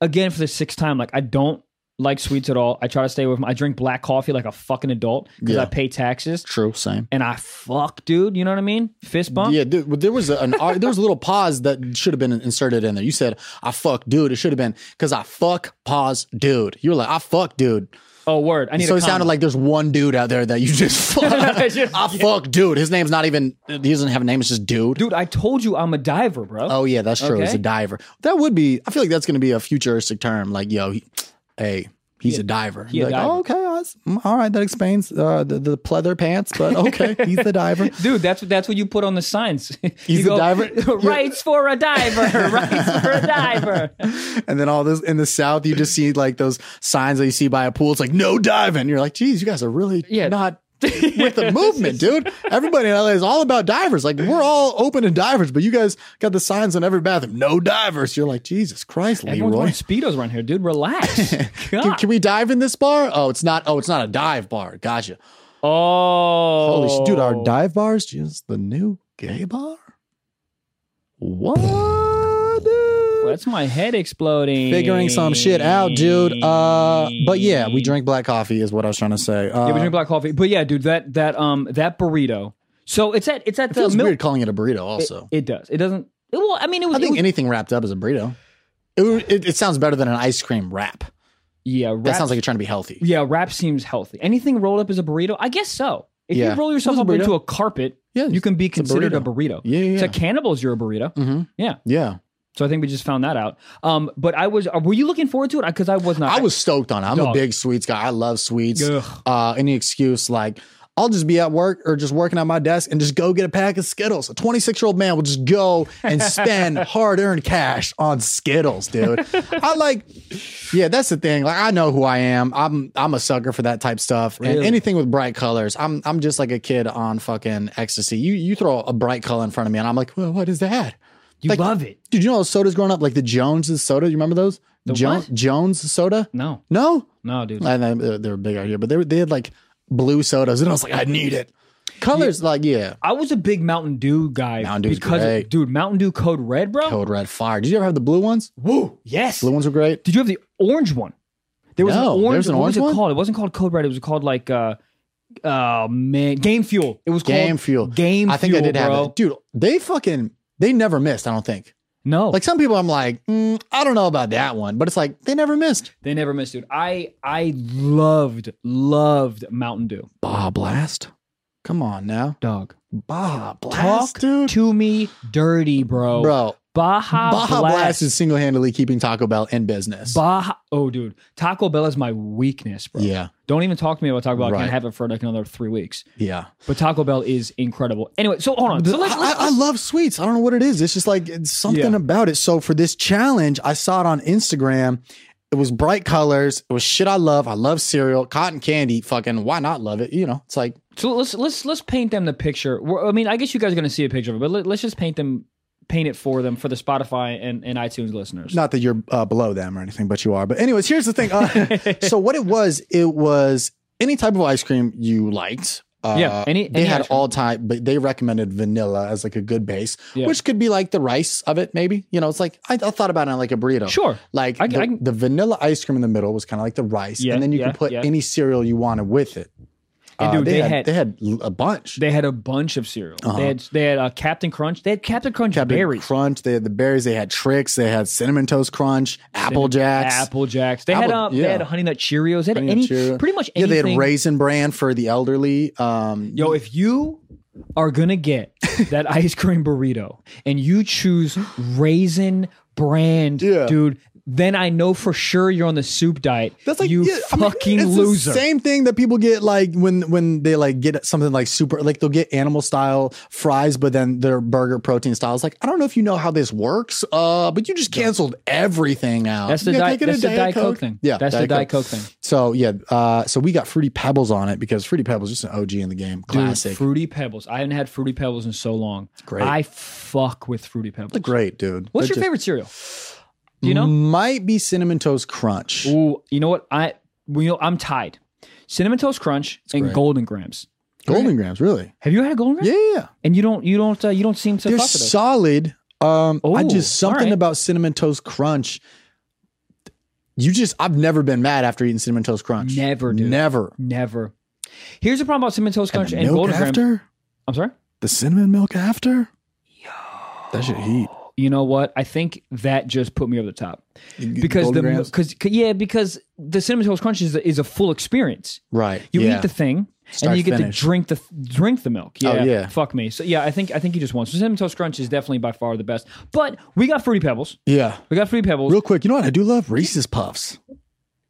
A: again for the sixth time, like I don't like sweets at all. I try to stay away from. I drink black coffee like a fucking adult because
B: Yeah.
A: I pay taxes
B: True, same.
A: and I fuck, dude. You know what I mean? Fist bump.
B: Yeah, dude, but there was an there was a little pause that should have been inserted in there. You said I fuck dude. It should have been because I fuck pause dude. You were like I fuck dude.
A: Oh, word. I need.
B: So
A: a
B: it sounded
A: comma.
B: like there's one dude out there that you just fuck.
A: Just-
B: I fuck dude. His name's not even he doesn't have a name, it's just dude.
A: dude. I told you I'm a diver, bro.
B: Oh yeah, that's true. He's a
A: Okay.
B: diver. That would be I feel like that's gonna be a futuristic term. Like, yo, he, hey, he's a diver.
A: He a
B: Like,
A: diver.
B: "Oh, okay, that's- mm, all right, that explains uh, the, the pleather pants, but okay, he's the diver.
A: Dude, that's what that's what you put on the signs.
B: He's
A: you
B: a diver?
A: Rights for a diver. Rights for a diver.
B: And then all this in the south, you just see like those signs that you see by a pool. It's like no diving. You're like, geez, you guys are really
A: Yeah.
B: not with the movement, dude. Everybody in LA is all about divers. Like we're all open to divers, but you guys got the signs on every bathroom. No divers. You're like, Jesus Christ,
A: Everyone's
B: Leroy.
A: wearing speedos around here, dude. Relax.
B: Can,
A: God.
B: can we dive in this bar? Oh, it's not. Oh, it's not a dive bar. Gotcha.
A: oh,
B: Holy shit, dude, our dive bars just the new gay bar. What? dude?
A: That's my head exploding.
B: Figuring some shit out, dude. Uh, but yeah, we drink black coffee is what I was trying to say. Uh,
A: Yeah, we drink black coffee. But yeah, dude, that that um that burrito. So it's at it's at
B: it
A: the
B: feels
A: milk.
B: weird calling it a burrito.
A: It-
B: Also,
A: it, does. It doesn't. it- well, I mean, it was.
B: I
A: it
B: think
A: was-
B: anything wrapped up is a burrito. It, would- it, it sounds better than an ice cream wrap.
A: yeah, wrap,
B: That sounds like you're trying to be healthy.
A: yeah. Wrap seems healthy. Anything rolled up is a burrito. I guess so. If
B: Yeah.
A: you roll yourself
B: It's a
A: up
B: burrito.
A: into a carpet,
B: Yeah,
A: you can be
B: a
A: considered a burrito.
B: Yeah, yeah,
A: So
B: yeah.
A: cannibals, you're a burrito.
B: hmm
A: Yeah.
B: yeah.
A: So I think we just found that out. Um, but I was. uh, Were you looking forward to it? Because I was not.
B: I was stoked on it. I'm a
A: Dog.
B: big sweets guy. I love sweets.
A: Ugh.
B: Uh, any excuse like I'll just be at work or just working at my desk and just go get a pack of Skittles. A 26 year old man will just go and spend hard earned cash on Skittles, dude. I like, yeah, that's the thing. Like I know who I am. I'm I'm a sucker for that type stuff and
A: Really?
B: anything with bright colors. I'm I'm just like a kid on fucking ecstasy. You you throw a bright color in front of me and I'm like, well, what is that?
A: You
B: like-
A: love it.
B: Dude, you know those sodas growing up like the Jones's soda. You remember those?
A: The
B: Jo-
A: what?
B: Jones soda.
A: No,
B: No,
A: no, dude.
B: and then they, they were big out here, but they were, they had like blue sodas, and I was like, I need it. Colors like yeah,
A: I was a big Mountain Dew guy
B: Mountain Dew's
A: because
B: great.
A: dude, Mountain Dew Code Red, bro.
B: code red fire. Did you ever have the blue ones?
A: Woo, yes.
B: Blue ones were great.
A: Did you have the orange one? There was
B: No,
A: an orange.
B: there's an
A: what was
B: orange
A: it
B: one?
A: called? It wasn't called Code Red. It was called like uh, oh man, Game Fuel. It was called
B: Game fuel.
A: Game.
B: I think
A: Fuel,
B: I did have
A: bro.
B: it, dude. They fucking they never missed. I don't think.
A: No,
B: Like some people, I'm like, mm, I don't know about that one, but it's like they never missed.
A: they never missed, dude. I I loved loved Mountain Dew.
B: Bah blast. Come on now,
A: Dog,
B: Bah blast,
A: talk
B: dude.
A: to me dirty, bro.
B: Bro,
A: Baja,
B: Baja Blast,
A: Blast,
B: is single handedly keeping Taco Bell in business.
A: Baja. Oh, dude, Taco Bell is my weakness, bro.
B: yeah,
A: Don't even talk to me about Taco Bell. I
B: Right.
A: can't have it for like another three weeks.
B: yeah.
A: But Taco Bell is incredible. Anyway, so hold on. So let's,
B: I-
A: let's,
B: I, I love sweets. I don't know what it is. It's just like it's something
A: Yeah.
B: about it. So for this challenge, I saw it on Instagram. It was bright colors. It was shit I love. I love cereal, cotton candy. Fucking why not love it? You know, it's like
A: So let's let's let's paint them the picture. We're, I mean, I guess you guys are going to see a picture of it, but let, let's just paint them, paint it for them for the Spotify and, and iTunes listeners.
B: not that you're uh, below them or anything, but you are. But anyways, here's the thing. Uh, so what it was, it was any type of ice cream you liked. Uh,
A: Yeah, any-
B: they
A: any
B: had
A: ice cream.
B: all time, but they recommended vanilla as like a good base,
A: Yeah.
B: which could be like the rice of it, maybe. You know, it's like I, I thought about it like a burrito.
A: Sure.
B: Like
A: I-
B: the,
A: I can-
B: the vanilla ice cream in the middle was kind of like the rice,
A: Yeah,
B: and then you
A: yeah,
B: could put
A: yeah.
B: any cereal you wanted with it. Uh,
A: And dude,
B: they,
A: they
B: had,
A: had-
B: they had l- a bunch.
A: They had a bunch of cereal.
B: Uh-huh.
A: They had they had uh, Captain Crunch. They had Captain Crunch
B: Captain
A: berries,
B: Crunch. They had the berries. They had tricks. They had cinnamon toast crunch, apple jacks.
A: Apple Jacks. They had
B: Apple-
A: um,
B: yeah.
A: they had Honey Nut Cheerios. They had
B: Honey Nut
A: any
B: Cheerio.
A: pretty much
B: yeah,
A: anything.
B: they had raisin bran for the elderly. Um,
A: Yo, if you are gonna get that ice cream burrito and you choose raisin brand,
B: Yeah.
A: dude, then I know for sure you're on the soup diet.
B: that's like
A: you
B: yeah, I mean,
A: fucking
B: it's the
A: loser.
B: same thing that people get like when when they like get something like super like they'll get animal style fries, but then their burger protein style is like I don't know if you know how this works, uh, but you just canceled everything out.
A: That's the,
B: You're
A: di-
B: taking a
A: that's the Diet Coke, thing.
B: Yeah,
A: that's the Diet Coke, thing.
B: So yeah, uh, so we got fruity pebbles on it because fruity pebbles is just an OG in the game,
A: Dude,
B: classic.
A: Fruity Pebbles. I haven't had Fruity Pebbles in so long.
B: great.
A: I fuck with Fruity Pebbles.
B: They're great, dude.
A: What's
B: They're
A: your
B: just-
A: favorite cereal? Do you know?
B: Might be cinnamon toast crunch.
A: Ooh, you know what? I well, you know, I'm tied. Cinnamon Toast Crunch and
B: great.
A: Golden Grams.
B: Golden grams, really?
A: Have you had a Golden Gram?
B: Yeah, yeah, yeah.
A: And you don't you don't uh, you don't seem to
B: they're
A: fuck with those.
B: solid. Um, I
A: Ooh,
B: just
A: all
B: something
A: right.
B: about cinnamon toast crunch. You just, I've never been mad after eating cinnamon toast crunch.
A: Never, dude.
B: never.
A: Never. Here's the problem about cinnamon toast crunch
B: the
A: and, golden grams. I'm sorry.
B: the cinnamon milk after. That should heat
A: You know what? I think that just put me over the top because the
B: Grams?
A: because yeah because the cinnamon toast crunch is a, is a full experience.
B: right.
A: You
B: yeah.
A: eat the thing,
B: Start
A: and you get
B: finish.
A: to drink the drink the milk. Yeah,
B: Oh, yeah.
A: fuck me. So yeah, I think I think you just won. So cinnamon toast crunch is definitely by far the best. But we got fruity pebbles.
B: yeah.
A: We got fruity pebbles.
B: Real quick, you know what I do love? Reese's Puffs.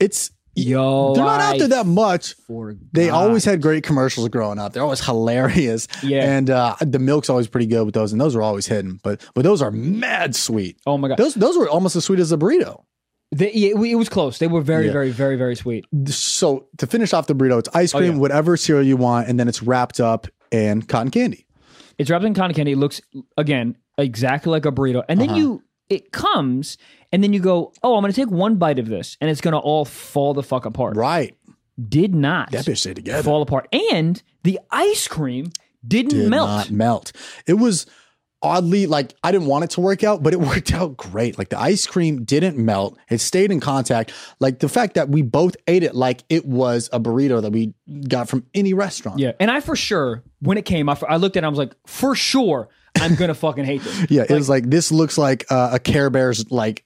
B: It's
A: Yo,
B: they're not out there that much.
A: forgot.
B: They always had great commercials growing up. They're always hilarious.
A: Yeah.
B: And uh, the milk's always pretty good with those, and those are always hidden. But but those are mad sweet.
A: Oh my god.
B: Those those were almost as sweet as a burrito.
A: They, yeah, it, wa- it was close. They were very,
B: Yeah.
A: very, very, very sweet.
B: So to finish off the burrito, it's ice
A: Oh,
B: cream,
A: yeah.
B: whatever cereal you want, and then it's wrapped up in cotton candy.
A: It's wrapped in cotton candy. It looks again exactly like a burrito, and
B: Uh-huh.
A: then you it comes, and then you go, "Oh, I'm gonna take one bite of this, and it's gonna all fall the fuck apart."
B: Right.
A: Did not
B: That bitch stayed together.
A: fall apart, and the ice cream didn't
B: did
A: melt.
B: not melt. It was oddly like I didn't want it to work out, but it worked out great. Like the ice cream didn't melt. It stayed in contact. Like the fact that we both ate it like it was a burrito that we got from any restaurant.
A: Yeah, and I for sure when it came, I, f- I looked at it, I was like, for sure, I'm gonna fucking hate this.
B: Yeah, it was like this looks like uh, a Care Bear's like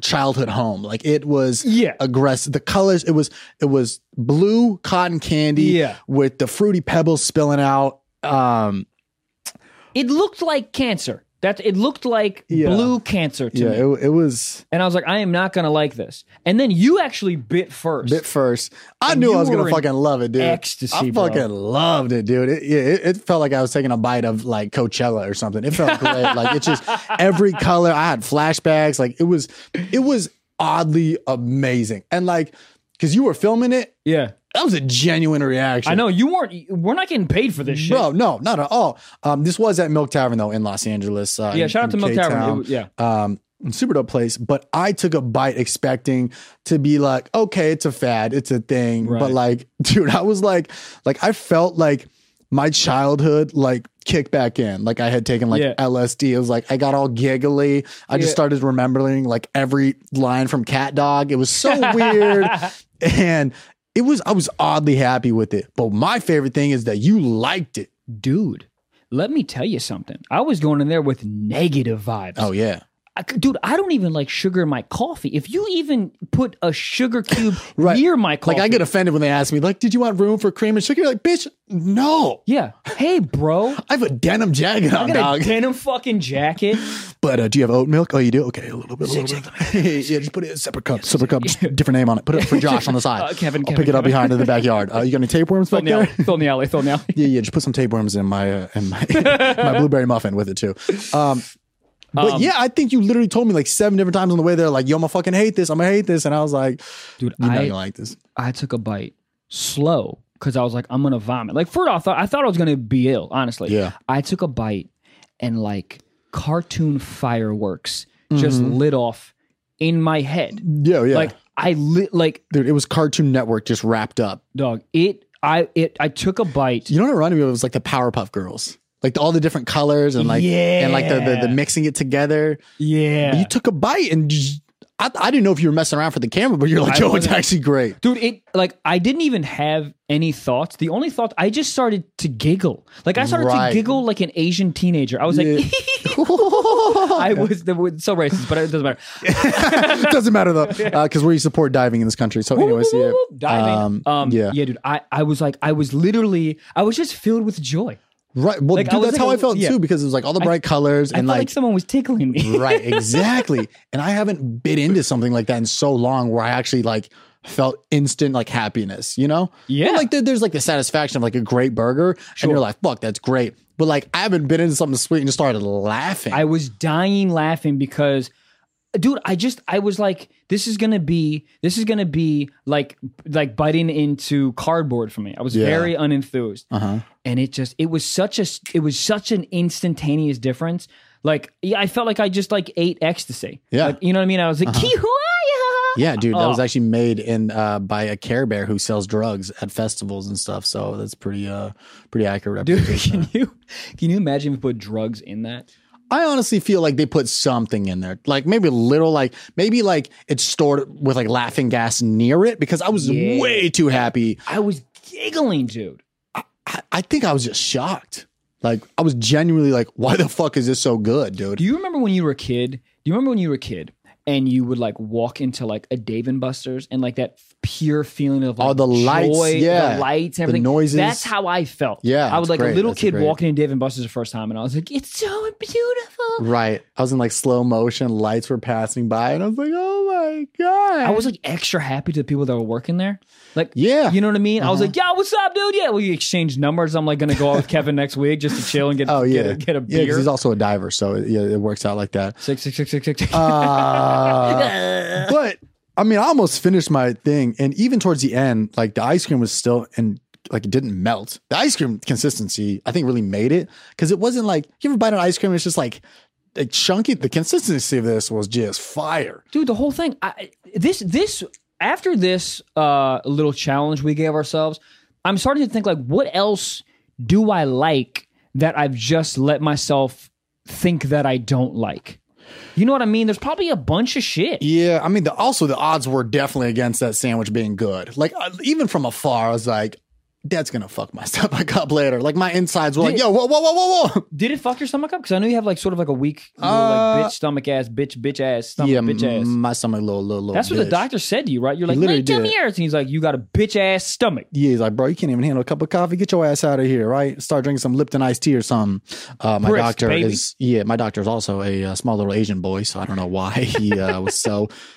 B: childhood home. Like it was
A: Yeah.
B: aggressive. The colors it was it was blue cotton candy
A: Yeah.
B: with the fruity pebbles spilling out. Um
A: It looked like cancer. That it looked like
B: Yeah.
A: blue cancer to
B: yeah,
A: me,
B: it, it was
A: and I was like, I am not gonna like this. And then you actually bit first.
B: bit first. I
A: And
B: knew
A: you
B: I was
A: were
B: gonna
A: in
B: fucking love it, dude.
A: ecstasy,
B: I
A: bro.
B: fucking loved it, dude. It, yeah, it, it felt like I was taking a bite of like Coachella or something. It felt great. like it just every color. I had flashbacks. Like it was, it was oddly amazing. And like, cause you were filming it,
A: yeah,
B: that was a genuine reaction.
A: I know you weren't. We're not getting paid for this shit.
B: Bro, no, not at all. Um, this was at Milk Tavern though in Los Angeles. Uh,
A: yeah,
B: in-
A: shout out
B: in
A: to Milk
B: K-Town
A: Tavern. It was- yeah,
B: um super dope place but i took a bite expecting to be like okay it's a fad it's a thing
A: Right.
B: but like dude i was like like i felt like my childhood like kicked back in like i had taken like
A: Yeah.
B: lsd it was like i got all giggly i just
A: Yeah.
B: started remembering like every line from cat dog it was so weird and it was i was oddly happy with it but my favorite thing is that you liked it
A: dude. Let me tell you something. I was going in there with negative vibes.
B: oh yeah
A: I c- dude, I don't even like sugar in my coffee. If you even put a sugar cube
B: Right.
A: near my coffee,
B: like i get offended when they ask me like did you want room for cream and sugar You're like bitch no
A: Yeah. Hey, bro.
B: I have a denim jacket
A: I
B: on,
A: got
B: dog.
A: a denim fucking jacket.
B: but uh, do you have oat milk? Oh, you do. Okay, a little bit, a little bit. yeah, just put it in a separate cup, separate cup, just different name on it. Put it for Josh on the side.
A: Uh, Kevin, Kevin,
B: I'll pick it up
A: Kevin.
B: behind in the backyard. Uh, you got any tapeworms
A: Throw
B: back
A: in the
B: there?
A: alley. Throw in the alley. Throw in the alley.
B: Yeah, yeah. Just put some tapeworms in my uh, in my my blueberry muffin with it too. Um, but
A: Um,
B: yeah, I think you literally told me like seven different times on the way there, like, "Yo, I'm gonna fucking hate this. I'm gonna hate this," and I was like,
A: Dude,
B: "You're not
A: I-
B: gonna like this."
A: I took a bite slow because I was like, I'm gonna vomit. Like first I thought I thought I was gonna be ill, honestly.
B: Yeah.
A: I took a bite and like cartoon fireworks just lit off in my head.
B: Mm-hmm. Yeah, yeah.
A: Like I lit like
B: dude, it was Cartoon Network just wrapped up.
A: dog, it I it I took a bite.
B: You know what it reminded me of? It was like the Powerpuff Girls. Like the- all the different colors and like and like the, the the
A: Yeah.
B: mixing it together.
A: Yeah.
B: You took a bite and just, I, I didn't know if you were messing around for the camera, but you're like,
A: I
B: yo, it's
A: wasn't.
B: actually great.
A: Dude, it like I didn't even have any thoughts. The only thought I just started to giggle. Like I started
B: Right.
A: to giggle like an Asian teenager. I was like,
B: Yeah. I
A: I was the, so racist, but it doesn't matter.
B: Doesn't matter though, because we support diving in this country. So, anyways, yeah,
A: diving.
B: Um,
A: Um, yeah.
B: yeah,
A: dude. I, I was like, I was literally, I was just filled with joy.
B: right. Well,
A: Like, I
B: dude,
A: was
B: that's
A: like
B: how
A: a
B: I felt
A: little- yeah.
B: too, because it was like all the bright colors
A: I
B: and
A: felt like,
B: like,
A: someone was tickling me.
B: right, exactly. and I haven't been into something like that in so long, where I actually like felt instant like happiness. You know,
A: Yeah.
B: But, like there- there's like the satisfaction of like a great burger, and you're like, fuck, that's great. But like I haven't been into something sweet and just started laughing.
A: I was dying laughing because, dude, I just, I was like, this is gonna be, this is gonna be like, like biting into cardboard for me. I was
B: Yeah.
A: very unenthused,
B: uh huh.
A: and it just, it was such a, it was such an instantaneous difference. Like, yeah, I felt like I just like ate ecstasy.
B: Yeah. Uh-huh.
A: Like, you know what I mean. I was like, "Kee-hoo-ah-yah."
B: Yeah, dude, that was
A: Oh.
B: actually made in uh, by a Care Bear who sells drugs at festivals and stuff. So that's pretty uh pretty accurate.
A: Dude,
B: representation.
A: can you can you imagine if we put drugs in that?
B: I honestly feel like they put something in there, like maybe a little, like maybe like it's stored with like laughing gas near it because I was
A: Yeah.
B: way too happy.
A: I was giggling, dude.
B: I, I think I was just shocked. Like I was genuinely like, why the fuck is this so good, dude?
A: Do you remember when you were a kid? Do you remember when you were a kid and you would like walk into like a Dave and Buster's and like that pure feeling of like
B: Oh, the
A: joy,
B: lights, yeah.
A: the lights, and everything,
B: noises.
A: That's how I felt.
B: Yeah,
A: I was
B: it's
A: like
B: great.
A: a little
B: That's
A: kid
B: great.
A: walking in Dave and Buster's the first time, and I was like, "It's so beautiful."
B: Right. I was in like slow motion, lights were passing by, and I was like, oh my God.
A: I was like extra happy to the people that were working there. Like,
B: Yeah. Uh-huh.
A: you know what I mean? I was like, "Yo, what's up, dude? Yeah, we exchanged numbers. I'm like gonna go out with Kevin next week just to chill and get
B: Oh
A: get
B: yeah,
A: a, get a
B: Yeah, 'cause
A: beer."
B: he's also a
A: Uh,
B: diver, so yeah, it works out like that.
A: six six six six six.
B: Uh, but I mean, I almost finished my thing, and even towards the end, like the ice cream was still and like it didn't melt. The ice cream consistency, I think, really made it because it wasn't like you ever bite an ice cream, it's just like a chunky. The consistency of this was just fire.
A: dude the whole thing I, this this after this uh little challenge we gave ourselves i'm starting to think like what else do i like that i've just let myself think that i don't like you know what i mean there's probably a bunch of shit
B: Yeah, I mean, the, also the odds were definitely against that sandwich being good. Like uh, even from afar, I was like, "That's gonna fuck my stomach up later." Like my insides were like, "Yo, whoa, whoa, whoa, whoa, whoa!"
A: did it fuck your stomach up because i know you have like sort of like a weak little, like
B: Uh,
A: bitch stomach ass bitch bitch ass stomach
B: yeah,
A: bitch ass
B: my stomach little, little, little.
A: that's what the
B: bitch.
A: doctor said to you right you're like
B: literally
A: wait two
B: did.
A: years and he's like you got a bitch ass stomach
B: Yeah, he's like, bro, you can't even handle a cup of coffee. Get your ass out of here, right? Start drinking some Lipton iced tea or something. Uh, my
A: Brisk,
B: doctor
A: baby.
B: is, yeah, my doctor is also a uh, small little Asian boy, so I don't know why he uh, was so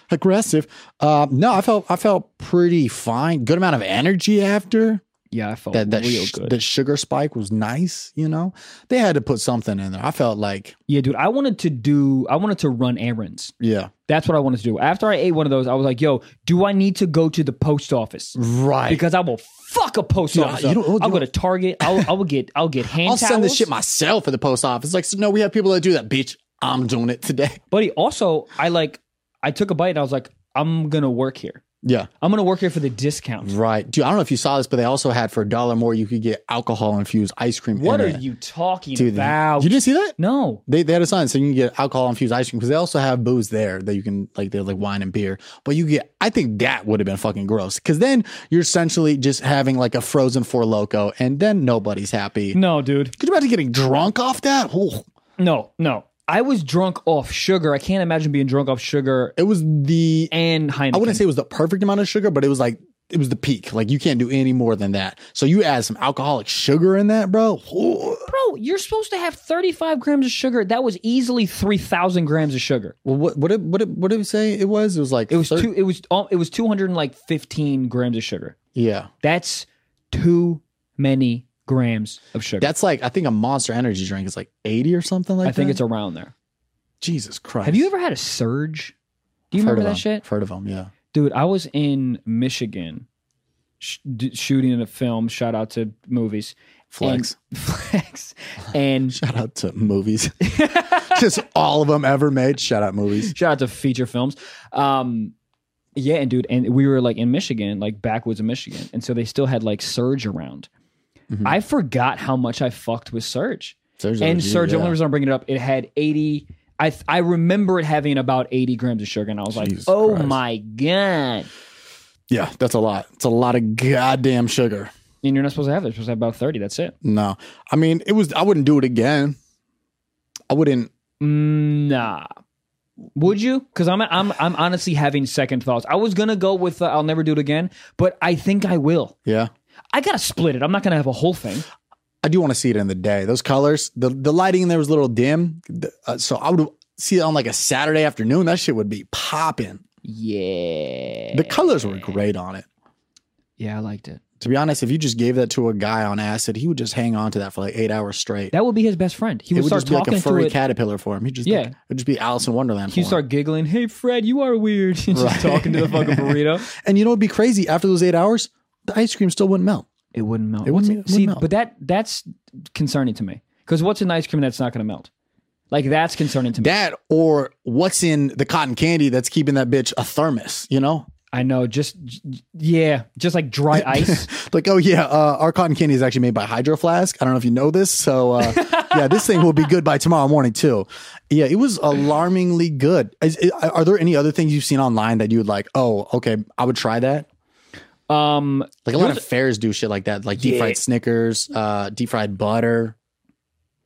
B: aggressive. Uh, no, I felt I felt pretty fine. Good amount of energy after
A: yeah i felt
B: that. That
A: real
B: sh-
A: good
B: that sugar spike was nice. You know, they had to put something in there. I felt like,
A: yeah dude i wanted to do i wanted to run errands
B: yeah,
A: That's what I wanted to do. After I ate one of those, I was like, yo, do I need to go to the post office?
B: right.
A: Because I will fuck a post
B: Dude,
A: office.
B: you
A: up.
B: don't- oh, you
A: I'll go
B: don't-
A: to Target. I'll, I will get I'll get hand
B: I'll send this
A: towels.
B: shit myself at the post office. Like, so, no, we have people that do that, bitch. I'm doing it today.
A: Buddy, also, I like I took a bite and I was like, I'm gonna work here.
B: Yeah.
A: I'm gonna work here for the discount.
B: Right. Dude, I don't know if you saw this, but they also had for a dollar more, you could get alcohol infused ice cream.
A: What
B: in
A: are
B: it.
A: you talking
B: Dude,
A: about?
B: You didn't see that?
A: no.
B: They, they had a sign so you can get alcohol infused ice cream because they also have booze there that you can like they're like wine and beer. But you get I think that would have been fucking gross. Cause then you're essentially just having like a frozen four loco and then nobody's happy.
A: No, dude.
B: Could you imagine getting drunk off that? Ooh.
A: No, no. I was drunk off sugar. I can't imagine being drunk off sugar
B: It was the
A: and Heineken.
B: I wouldn't say it was the perfect amount of sugar, but it was like it was the peak. Like you can't do any more than that. So you add some alcoholic sugar in that, bro. Ooh.
A: Bro, you're supposed to have 35 grams of sugar. That was easily 3,000 grams of sugar.
B: Well, what what did, what did, what did it say? It was it was like
A: It was
B: thir-
A: two. It was um, it was two hundred and like fifteen grams of sugar.
B: Yeah,
A: That's too many grams of sugar.
B: that's like I think a Monster Energy drink is like eighty or something like
A: I
B: that.
A: think it's around there.
B: Jesus Christ.
A: Have you ever had a surge? Do you
B: I've heard
A: remember
B: of
A: that
B: them.
A: shit,
B: I've Heard of them? Yeah.
A: dude? I was in Michigan sh- d- shooting a film. Shout out to movies,
B: Flex.
A: and, flex, and
B: Shout out to movies. Just all of them ever made. Shout out movies.
A: shout out to feature films. Um, yeah, and dude, and we were like in Michigan, like backwoods of Michigan, and so they still had like surge around.
B: Mhm.
A: I forgot how much I fucked with surge.
B: Sergio
A: and
B: G,
A: Serge, the
B: yeah.
A: only reason I'm bringing it up, it had 80. I th- I remember it having about 80 grams of sugar, and I was like,
B: Jesus
A: oh
B: Christ.
A: my god!
B: yeah, that's a lot. It's a lot of goddamn sugar.
A: And you're not supposed to have that. You're supposed to have about 30. That's it.
B: No, I mean it was. I wouldn't do it again. I wouldn't.
A: Mm, Nah. Would you? Because I'm I'm I'm honestly having second thoughts. I was gonna go with uh, I'll never do it again, but I think I will.
B: Yeah.
A: I gotta split it. I'm not gonna have a whole thing.
B: I do want to see it in the day. Those colors, the the lighting in there was a little dim, The- uh, so I would see it on like a Saturday afternoon. That shit would be popping.
A: Yeah.
B: The colors were great on it.
A: Yeah, I liked it.
B: To be honest, if you just gave that to a guy on acid, he would just hang on to that for like eight hours straight.
A: That would be his best friend. He
B: it
A: would,
B: would
A: start
B: just be like
A: talking
B: a furry
A: to it.
B: caterpillar for him. He just
A: Yeah.
B: like, it'd just be Alice in Wonderland.
A: He'd
B: for
A: start giggling. Hey, Fred, you are weird. just
B: Right.
A: talking to the fucking burrito.
B: him. And you know what'd be crazy? After those eight hours, the ice cream still wouldn't melt.
A: It wouldn't melt.
B: It
A: What's
B: wouldn't- it
A: see,
B: wouldn't melt.
A: but that that's concerning to me because what's in ice cream that's not going to melt? Like that's concerning to me.
B: That or what's in the cotton candy that's keeping that bitch a thermos? You know,
A: I know. Just yeah, just like dry ice.
B: like, oh yeah, uh, our cotton candy is actually made by Hydro Flask. I don't know if you know this, so uh, yeah, this thing will be good by tomorrow morning too. Yeah, it was alarmingly good. Is, i are there any other things you've seen online that you would like? Oh, okay, I would try that.
A: Um,
B: Like a lot of fairs do shit like that, like deep fried Snickers, uh, deep fried butter.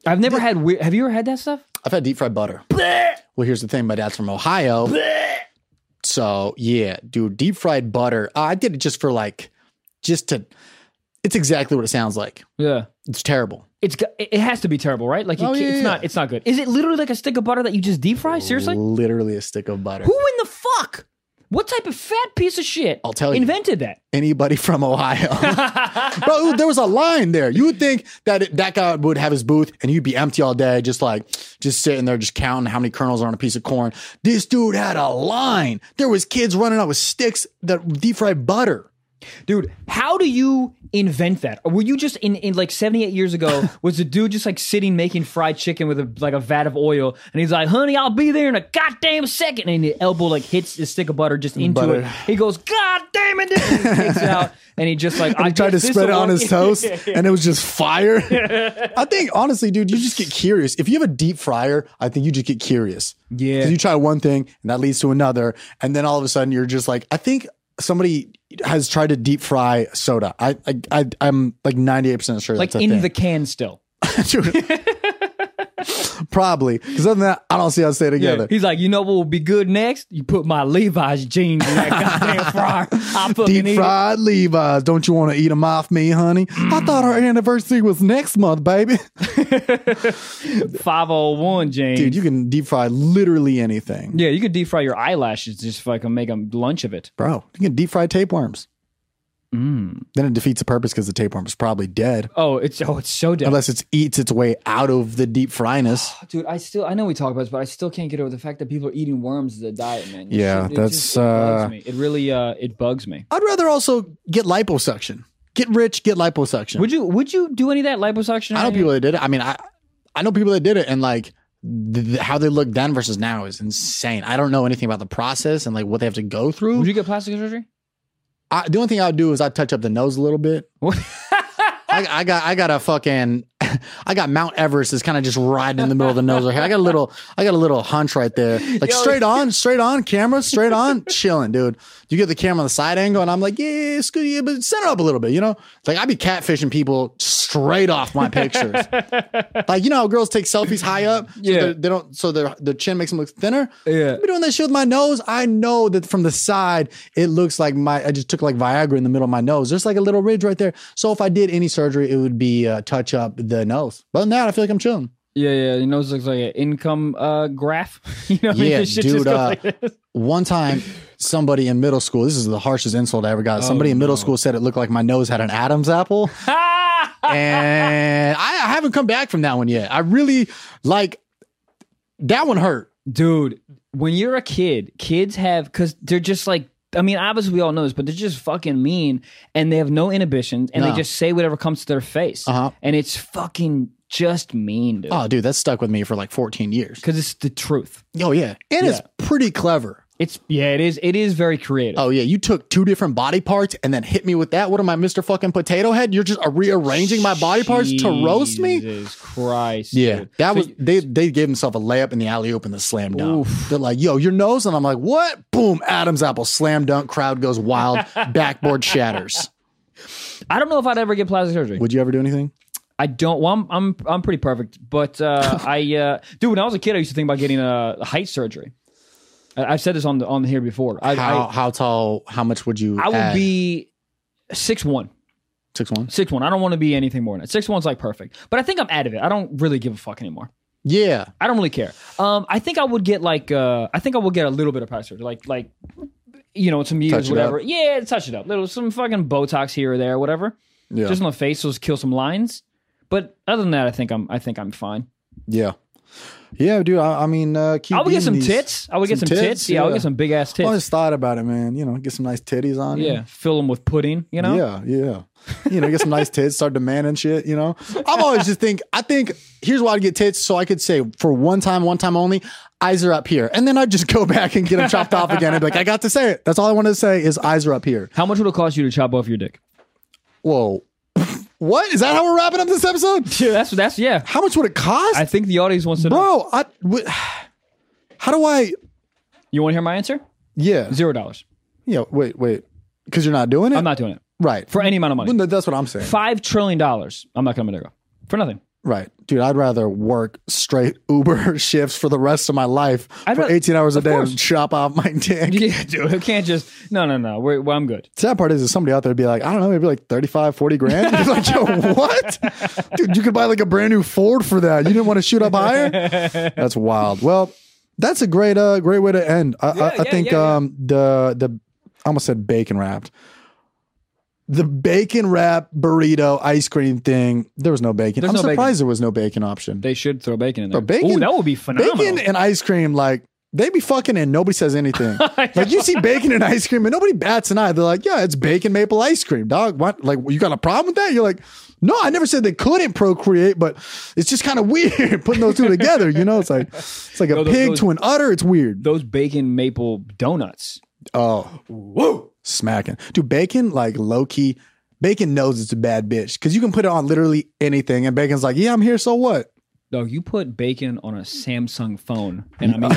A: I've never had. Weird, have you ever had that stuff?
B: I've had deep fried butter. Well, here's the thing. My dad's from Ohio. So yeah, dude, deep fried butter. Uh, I did it just for like, just to. It's exactly what it sounds like.
A: Yeah.
B: It's terrible.
A: It's go- it it has to be terrible, right? Like you
B: Oh,
A: ca-
B: yeah,
A: it's
B: yeah,
A: not
B: yeah.
A: it's not good. Is it literally like a stick of butter that you just deep fry? Seriously?
B: literally a stick of butter.
A: Who in the fuck What type of fat piece of shit?
B: I'll tell you.
A: Invented that.
B: Anybody from Ohio? Bro, there was a line there. You would think that it, that guy would have his booth and he'd be empty all day, just like just sitting there, just counting how many kernels are on a piece of corn. This dude had a line. There was kids running out with sticks that deep fried butter.
A: Dude, how do you invent that? Or Were you just in, in like 78 years ago? was the dude just like sitting making fried chicken with a, like a vat of oil? And he's like, honey, I'll be there in a goddamn second. And the elbow like hits the stick of butter just into
B: Butter.
A: it. He goes, God damn it. dude," And he takes it out. And he just like, I
B: He tried to
A: guess
B: spread it
A: this'll
B: on
A: work.
B: his toast, and it was just fire. I think honestly, dude, you just get curious. If you have a deep fryer, I think you just get curious.
A: Yeah.
B: 'Cause you try one thing, and that leads to another, and then all of a sudden you're just like, I think somebody has tried to deep fry soda. I, I, I I'm like 98 percent sure.
A: like
B: that's a
A: in
B: thing.
A: the can still.
B: Dude. Probably because other than that, I don't see us stay together.
A: He's like, you know what will be good next? You put my Levi's jeans in that goddamn fryer. I fucking eat
B: Deep
A: it.
B: fried Levi's. Don't you want to eat them off me, honey? I
A: Mm.
B: thought our anniversary was next month, baby.
A: 501 jeans.
B: Dude, you can deep fry literally anything.
A: oh yeah, you could deep fry your eyelashes just fucking make a lunch of it.
B: Bro, you can deep fry tapeworms.
A: Mm.
B: Then it defeats the purpose because the tapeworm is probably dead.
A: Oh, it's oh, it's so dead.
B: Unless it eats its way out of the deep fryness.
A: Dude, I still I know we talk about this, but I still can't get over the fact that people are eating worms as a diet, man. This
B: Yeah,
A: shit, it
B: that's,
A: just- it bugs
B: uh,
A: me. It really uh it bugs me.
B: I'd rather also get liposuction. Get rich, get liposuction.
A: Would you would you do any of that liposuction?
B: I know people that did it. I mean, I I know people that did it, and like th- th- how they look then versus now is insane. I don't know anything about the process and like what they have to go through.
A: Would you get plastic surgery?
B: I, the only thing I would do is I would touch up the nose a little bit.
A: What?
B: I, I got I got a fucking I got Mount Everest is kind of just riding in the middle of the nose. Like I got a little I got a little hunch right there. Like
A: Yo.
B: straight on, straight on camera, straight on, chilling, dude. You get the camera on the side angle, and I'm like, yeah, scoot, yeah, but center up a little bit, you know. Like I be catfishing people straight off my pictures. like you know how girls take selfies high up, so
A: Yeah.
B: they're- they don't, so their their chin makes them look thinner.
A: Yeah.
B: I've been doing that shit with my nose. I know that from the side, it looks like my I just took like Viagra in the middle of my nose. There's like a little ridge right there. So if I did any surgery, it would be uh, touch up the nose. But other than that, I feel like I'm chilling.
A: Yeah, yeah. Your nose looks like an income uh graph. you know, what I mean?
B: Yeah,
A: This shit
B: dude,
A: just goes
B: uh,
A: like this.
B: One time, somebody in middle school. This is the harshest insult I ever got. Somebody in middle school said it looked like my nose had an Adam's apple. and I, I haven't come back from that one yet. I really like that one hurt.
A: dude when you're a kid kids have because they're just like i mean obviously we all know this but they're just fucking mean and they have no inhibitions and
B: No.
A: they just say whatever comes to their face
B: Uh-huh.
A: and it's fucking just mean dude
B: Oh, dude, that stuck with me for like 14 years.
A: because it's the truth
B: Oh yeah, and it's
A: Yeah.
B: pretty clever.
A: it's yeah it is it is very creative
B: Oh yeah, you took two different body parts and then hit me with that. What am I, Mr. Fucking Potato Head? You're just uh, rearranging my body parts to roast me?
A: jesus christ
B: Yeah,
A: dude.
B: that
A: So
B: was
A: you-
B: they. They gave themselves a layup in the alley open the slam dunk. They're like, "Yo, your nose," and I'm like, "What?" Boom, Adam's apple slam dunk. Crowd goes wild. Backboard shatters.
A: i don't know if i'd ever get plastic surgery
B: Would you ever do anything?
A: I don't. Well, I'm I'm, I'm pretty perfect, but uh, I uh, dude, when I was a kid, I used to think about getting a uh, height surgery. I, I've said this on the, on here before. I,
B: How
A: I,
B: how tall? How much would you?
A: I would
B: add?
A: be six one,
B: six one.
A: six one. I don't want to be anything more than that. Six one's like perfect, but I think I'm out of it. I don't really give a fuck anymore.
B: Yeah,
A: I don't really care. Um, I think I would get like uh, I think I would get a little bit of plastic surgery, like like you know some
B: Touch
A: years
B: it
A: whatever. Yeah, touch it up, little some fucking Botox here or there, whatever.
B: yeah,
A: Just on the face, so just kill some lines. But other than that, I think I'm I think I'm fine.
B: yeah, yeah, dude. I, I mean, uh, keep
A: I would get
B: eating
A: some
B: these.
A: tits. I would get
B: some
A: some
B: tits,
A: tits. Yeah, I would
B: yeah. Oh,
A: get some big ass
B: I
A: tits.
B: always thought about it, man. You know, get some nice titties on. you.
A: yeah, fill them with pudding. You know.
B: Yeah, yeah. You know, get some nice tits, start demanding shit, you know? I've always just think, I think here's why I'd get tits so I could say for one time, one time only, eyes are up here. And then I'd just go back and get them chopped off again. I'd be like, I got to say it. That's all I wanted to say is eyes are up here.
A: How much would it cost you to chop off your dick?
B: Whoa. what? Is that how we're wrapping up this episode?
A: Yeah, that's that's yeah.
B: How much would it cost?
A: I think the audience wants to know.
B: Bro, I, w- how do I,
A: You want to hear my answer?
B: yeah.
A: Zero dollars.
B: Yeah, wait, wait. Because you're not doing it?
A: I'm not doing it
B: Right.
A: for any amount of money.
B: Well, that's what I'm saying.
A: Five trillion dollars. I'm not coming to go for nothing.
B: Right. Dude, I'd rather work straight Uber shifts for the rest of my life
A: I'd
B: for
A: ra-
B: 18 hours a
A: of
B: day
A: course.
B: and chop off my dick.
A: Yeah, dude. I can't just no no no. We're, well, I'm good.
B: Sad part is, is somebody out there would be like, I don't know, maybe like 35, 40 grand. You're like, yo, what? Dude, you could buy like a brand new Ford for that. You didn't want to shoot up higher? That's wild. Well, That's a great, uh, great way to end. I, I,
A: Yeah,
B: I
A: yeah,
B: think
A: yeah, yeah.
B: um, the the I almost said bacon wrapped. The bacon wrap burrito ice cream thing. There was no bacon.
A: There's
B: I'm
A: no bacon.
B: surprised there was no bacon option.
A: They should throw bacon in there.
B: Bro, bacon-
A: Ooh, that would be phenomenal.
B: bacon and ice cream, like they be fucking and nobody says anything. like you see bacon and ice cream and nobody bats an eye. They're like, yeah, it's bacon maple ice cream, dog. What? Like you got a problem with that? You're like, no, I never said they couldn't procreate, but it's just kind of weird putting those two together. You know, it's like it's like a
A: Those-
B: pig
A: those-
B: to an udder. It's weird.
A: Those bacon maple donuts.
B: Oh, whoa, smacking, dude. Bacon like low key. Bacon knows it's a bad bitch because you can put it on literally anything, and bacon's like, yeah, I'm here, so what?
A: No, you put bacon on a Samsung phone, and I mean,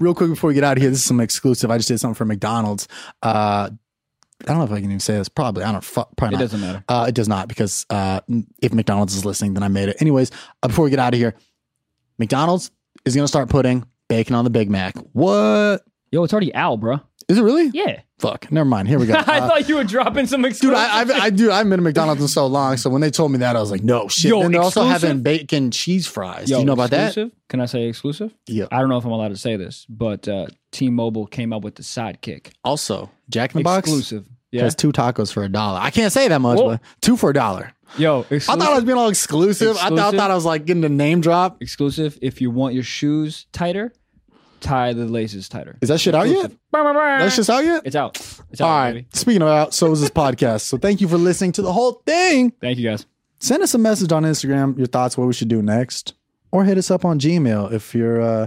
B: Real quick before we get out of here, this is some exclusive. I just did something for McDonald's. Uh, I don't know if I can even say this. Probably. I don't. fu- Probably
A: it
B: not.
A: doesn't matter.
B: Uh, it does not because uh, if McDonald's is listening, then I made it. Anyways, uh, before we get out of here, McDonald's is going to start putting bacon on the Big Mac. What
A: Yo, it's already Al, bruh.
B: is it really?
A: Yeah,
B: Fuck. Never mind. Here we go.
A: I
B: Uh,
A: thought you were dropping some exclusive.
B: Dude, I, I've, I dude, I've been to McDonald's in so long. So when they told me that, I was like, no shit.
A: Yo,
B: and they're also
A: exclusive?
B: having bacon cheese fries. Do
A: Yo,
B: you know about
A: exclusive? Can I say exclusive?
B: that? Yeah.
A: I don't know if I'm allowed to say this, but uh, T-Mobile came up with the sidekick
B: Also, Jack in the Box
A: exclusive. Yeah,
B: has two tacos for a dollar. I can't say that much,
A: Whoa.
B: but two for a dollar.
A: yo,
B: I
A: exclusive.
B: thought I was being all exclusive. I, thought, I
A: Exclusive?
B: thought I was like getting a name drop.
A: exclusive. If you want your shoes tighter, tie the laces tighter.
B: Is that shit out yet?
A: Exclusive.
B: That's just out yet?
A: It's out. It's out.
B: All right.
A: baby.
B: Speaking of out, so is this podcast. So thank you for listening to the whole thing.
A: Thank you guys.
B: Send us a message on Instagram, your thoughts, what we should do next, or hit us up on Gmail if you're uh,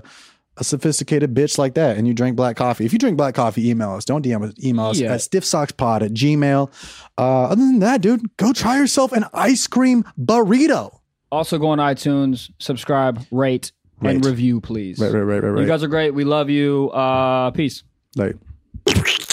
B: a sophisticated bitch like that and you drink black coffee. If you drink black coffee, email us. Don't DM us. Email us
A: Yeah.
B: at stiffsockspod at gmail. Uh, other than that, dude, go try yourself an ice cream burrito.
A: Also, go on iTunes, subscribe, rate, and
B: Right.
A: review, please.
B: right, right, right,
A: You guys are great. We love you. Uh, peace.
B: like,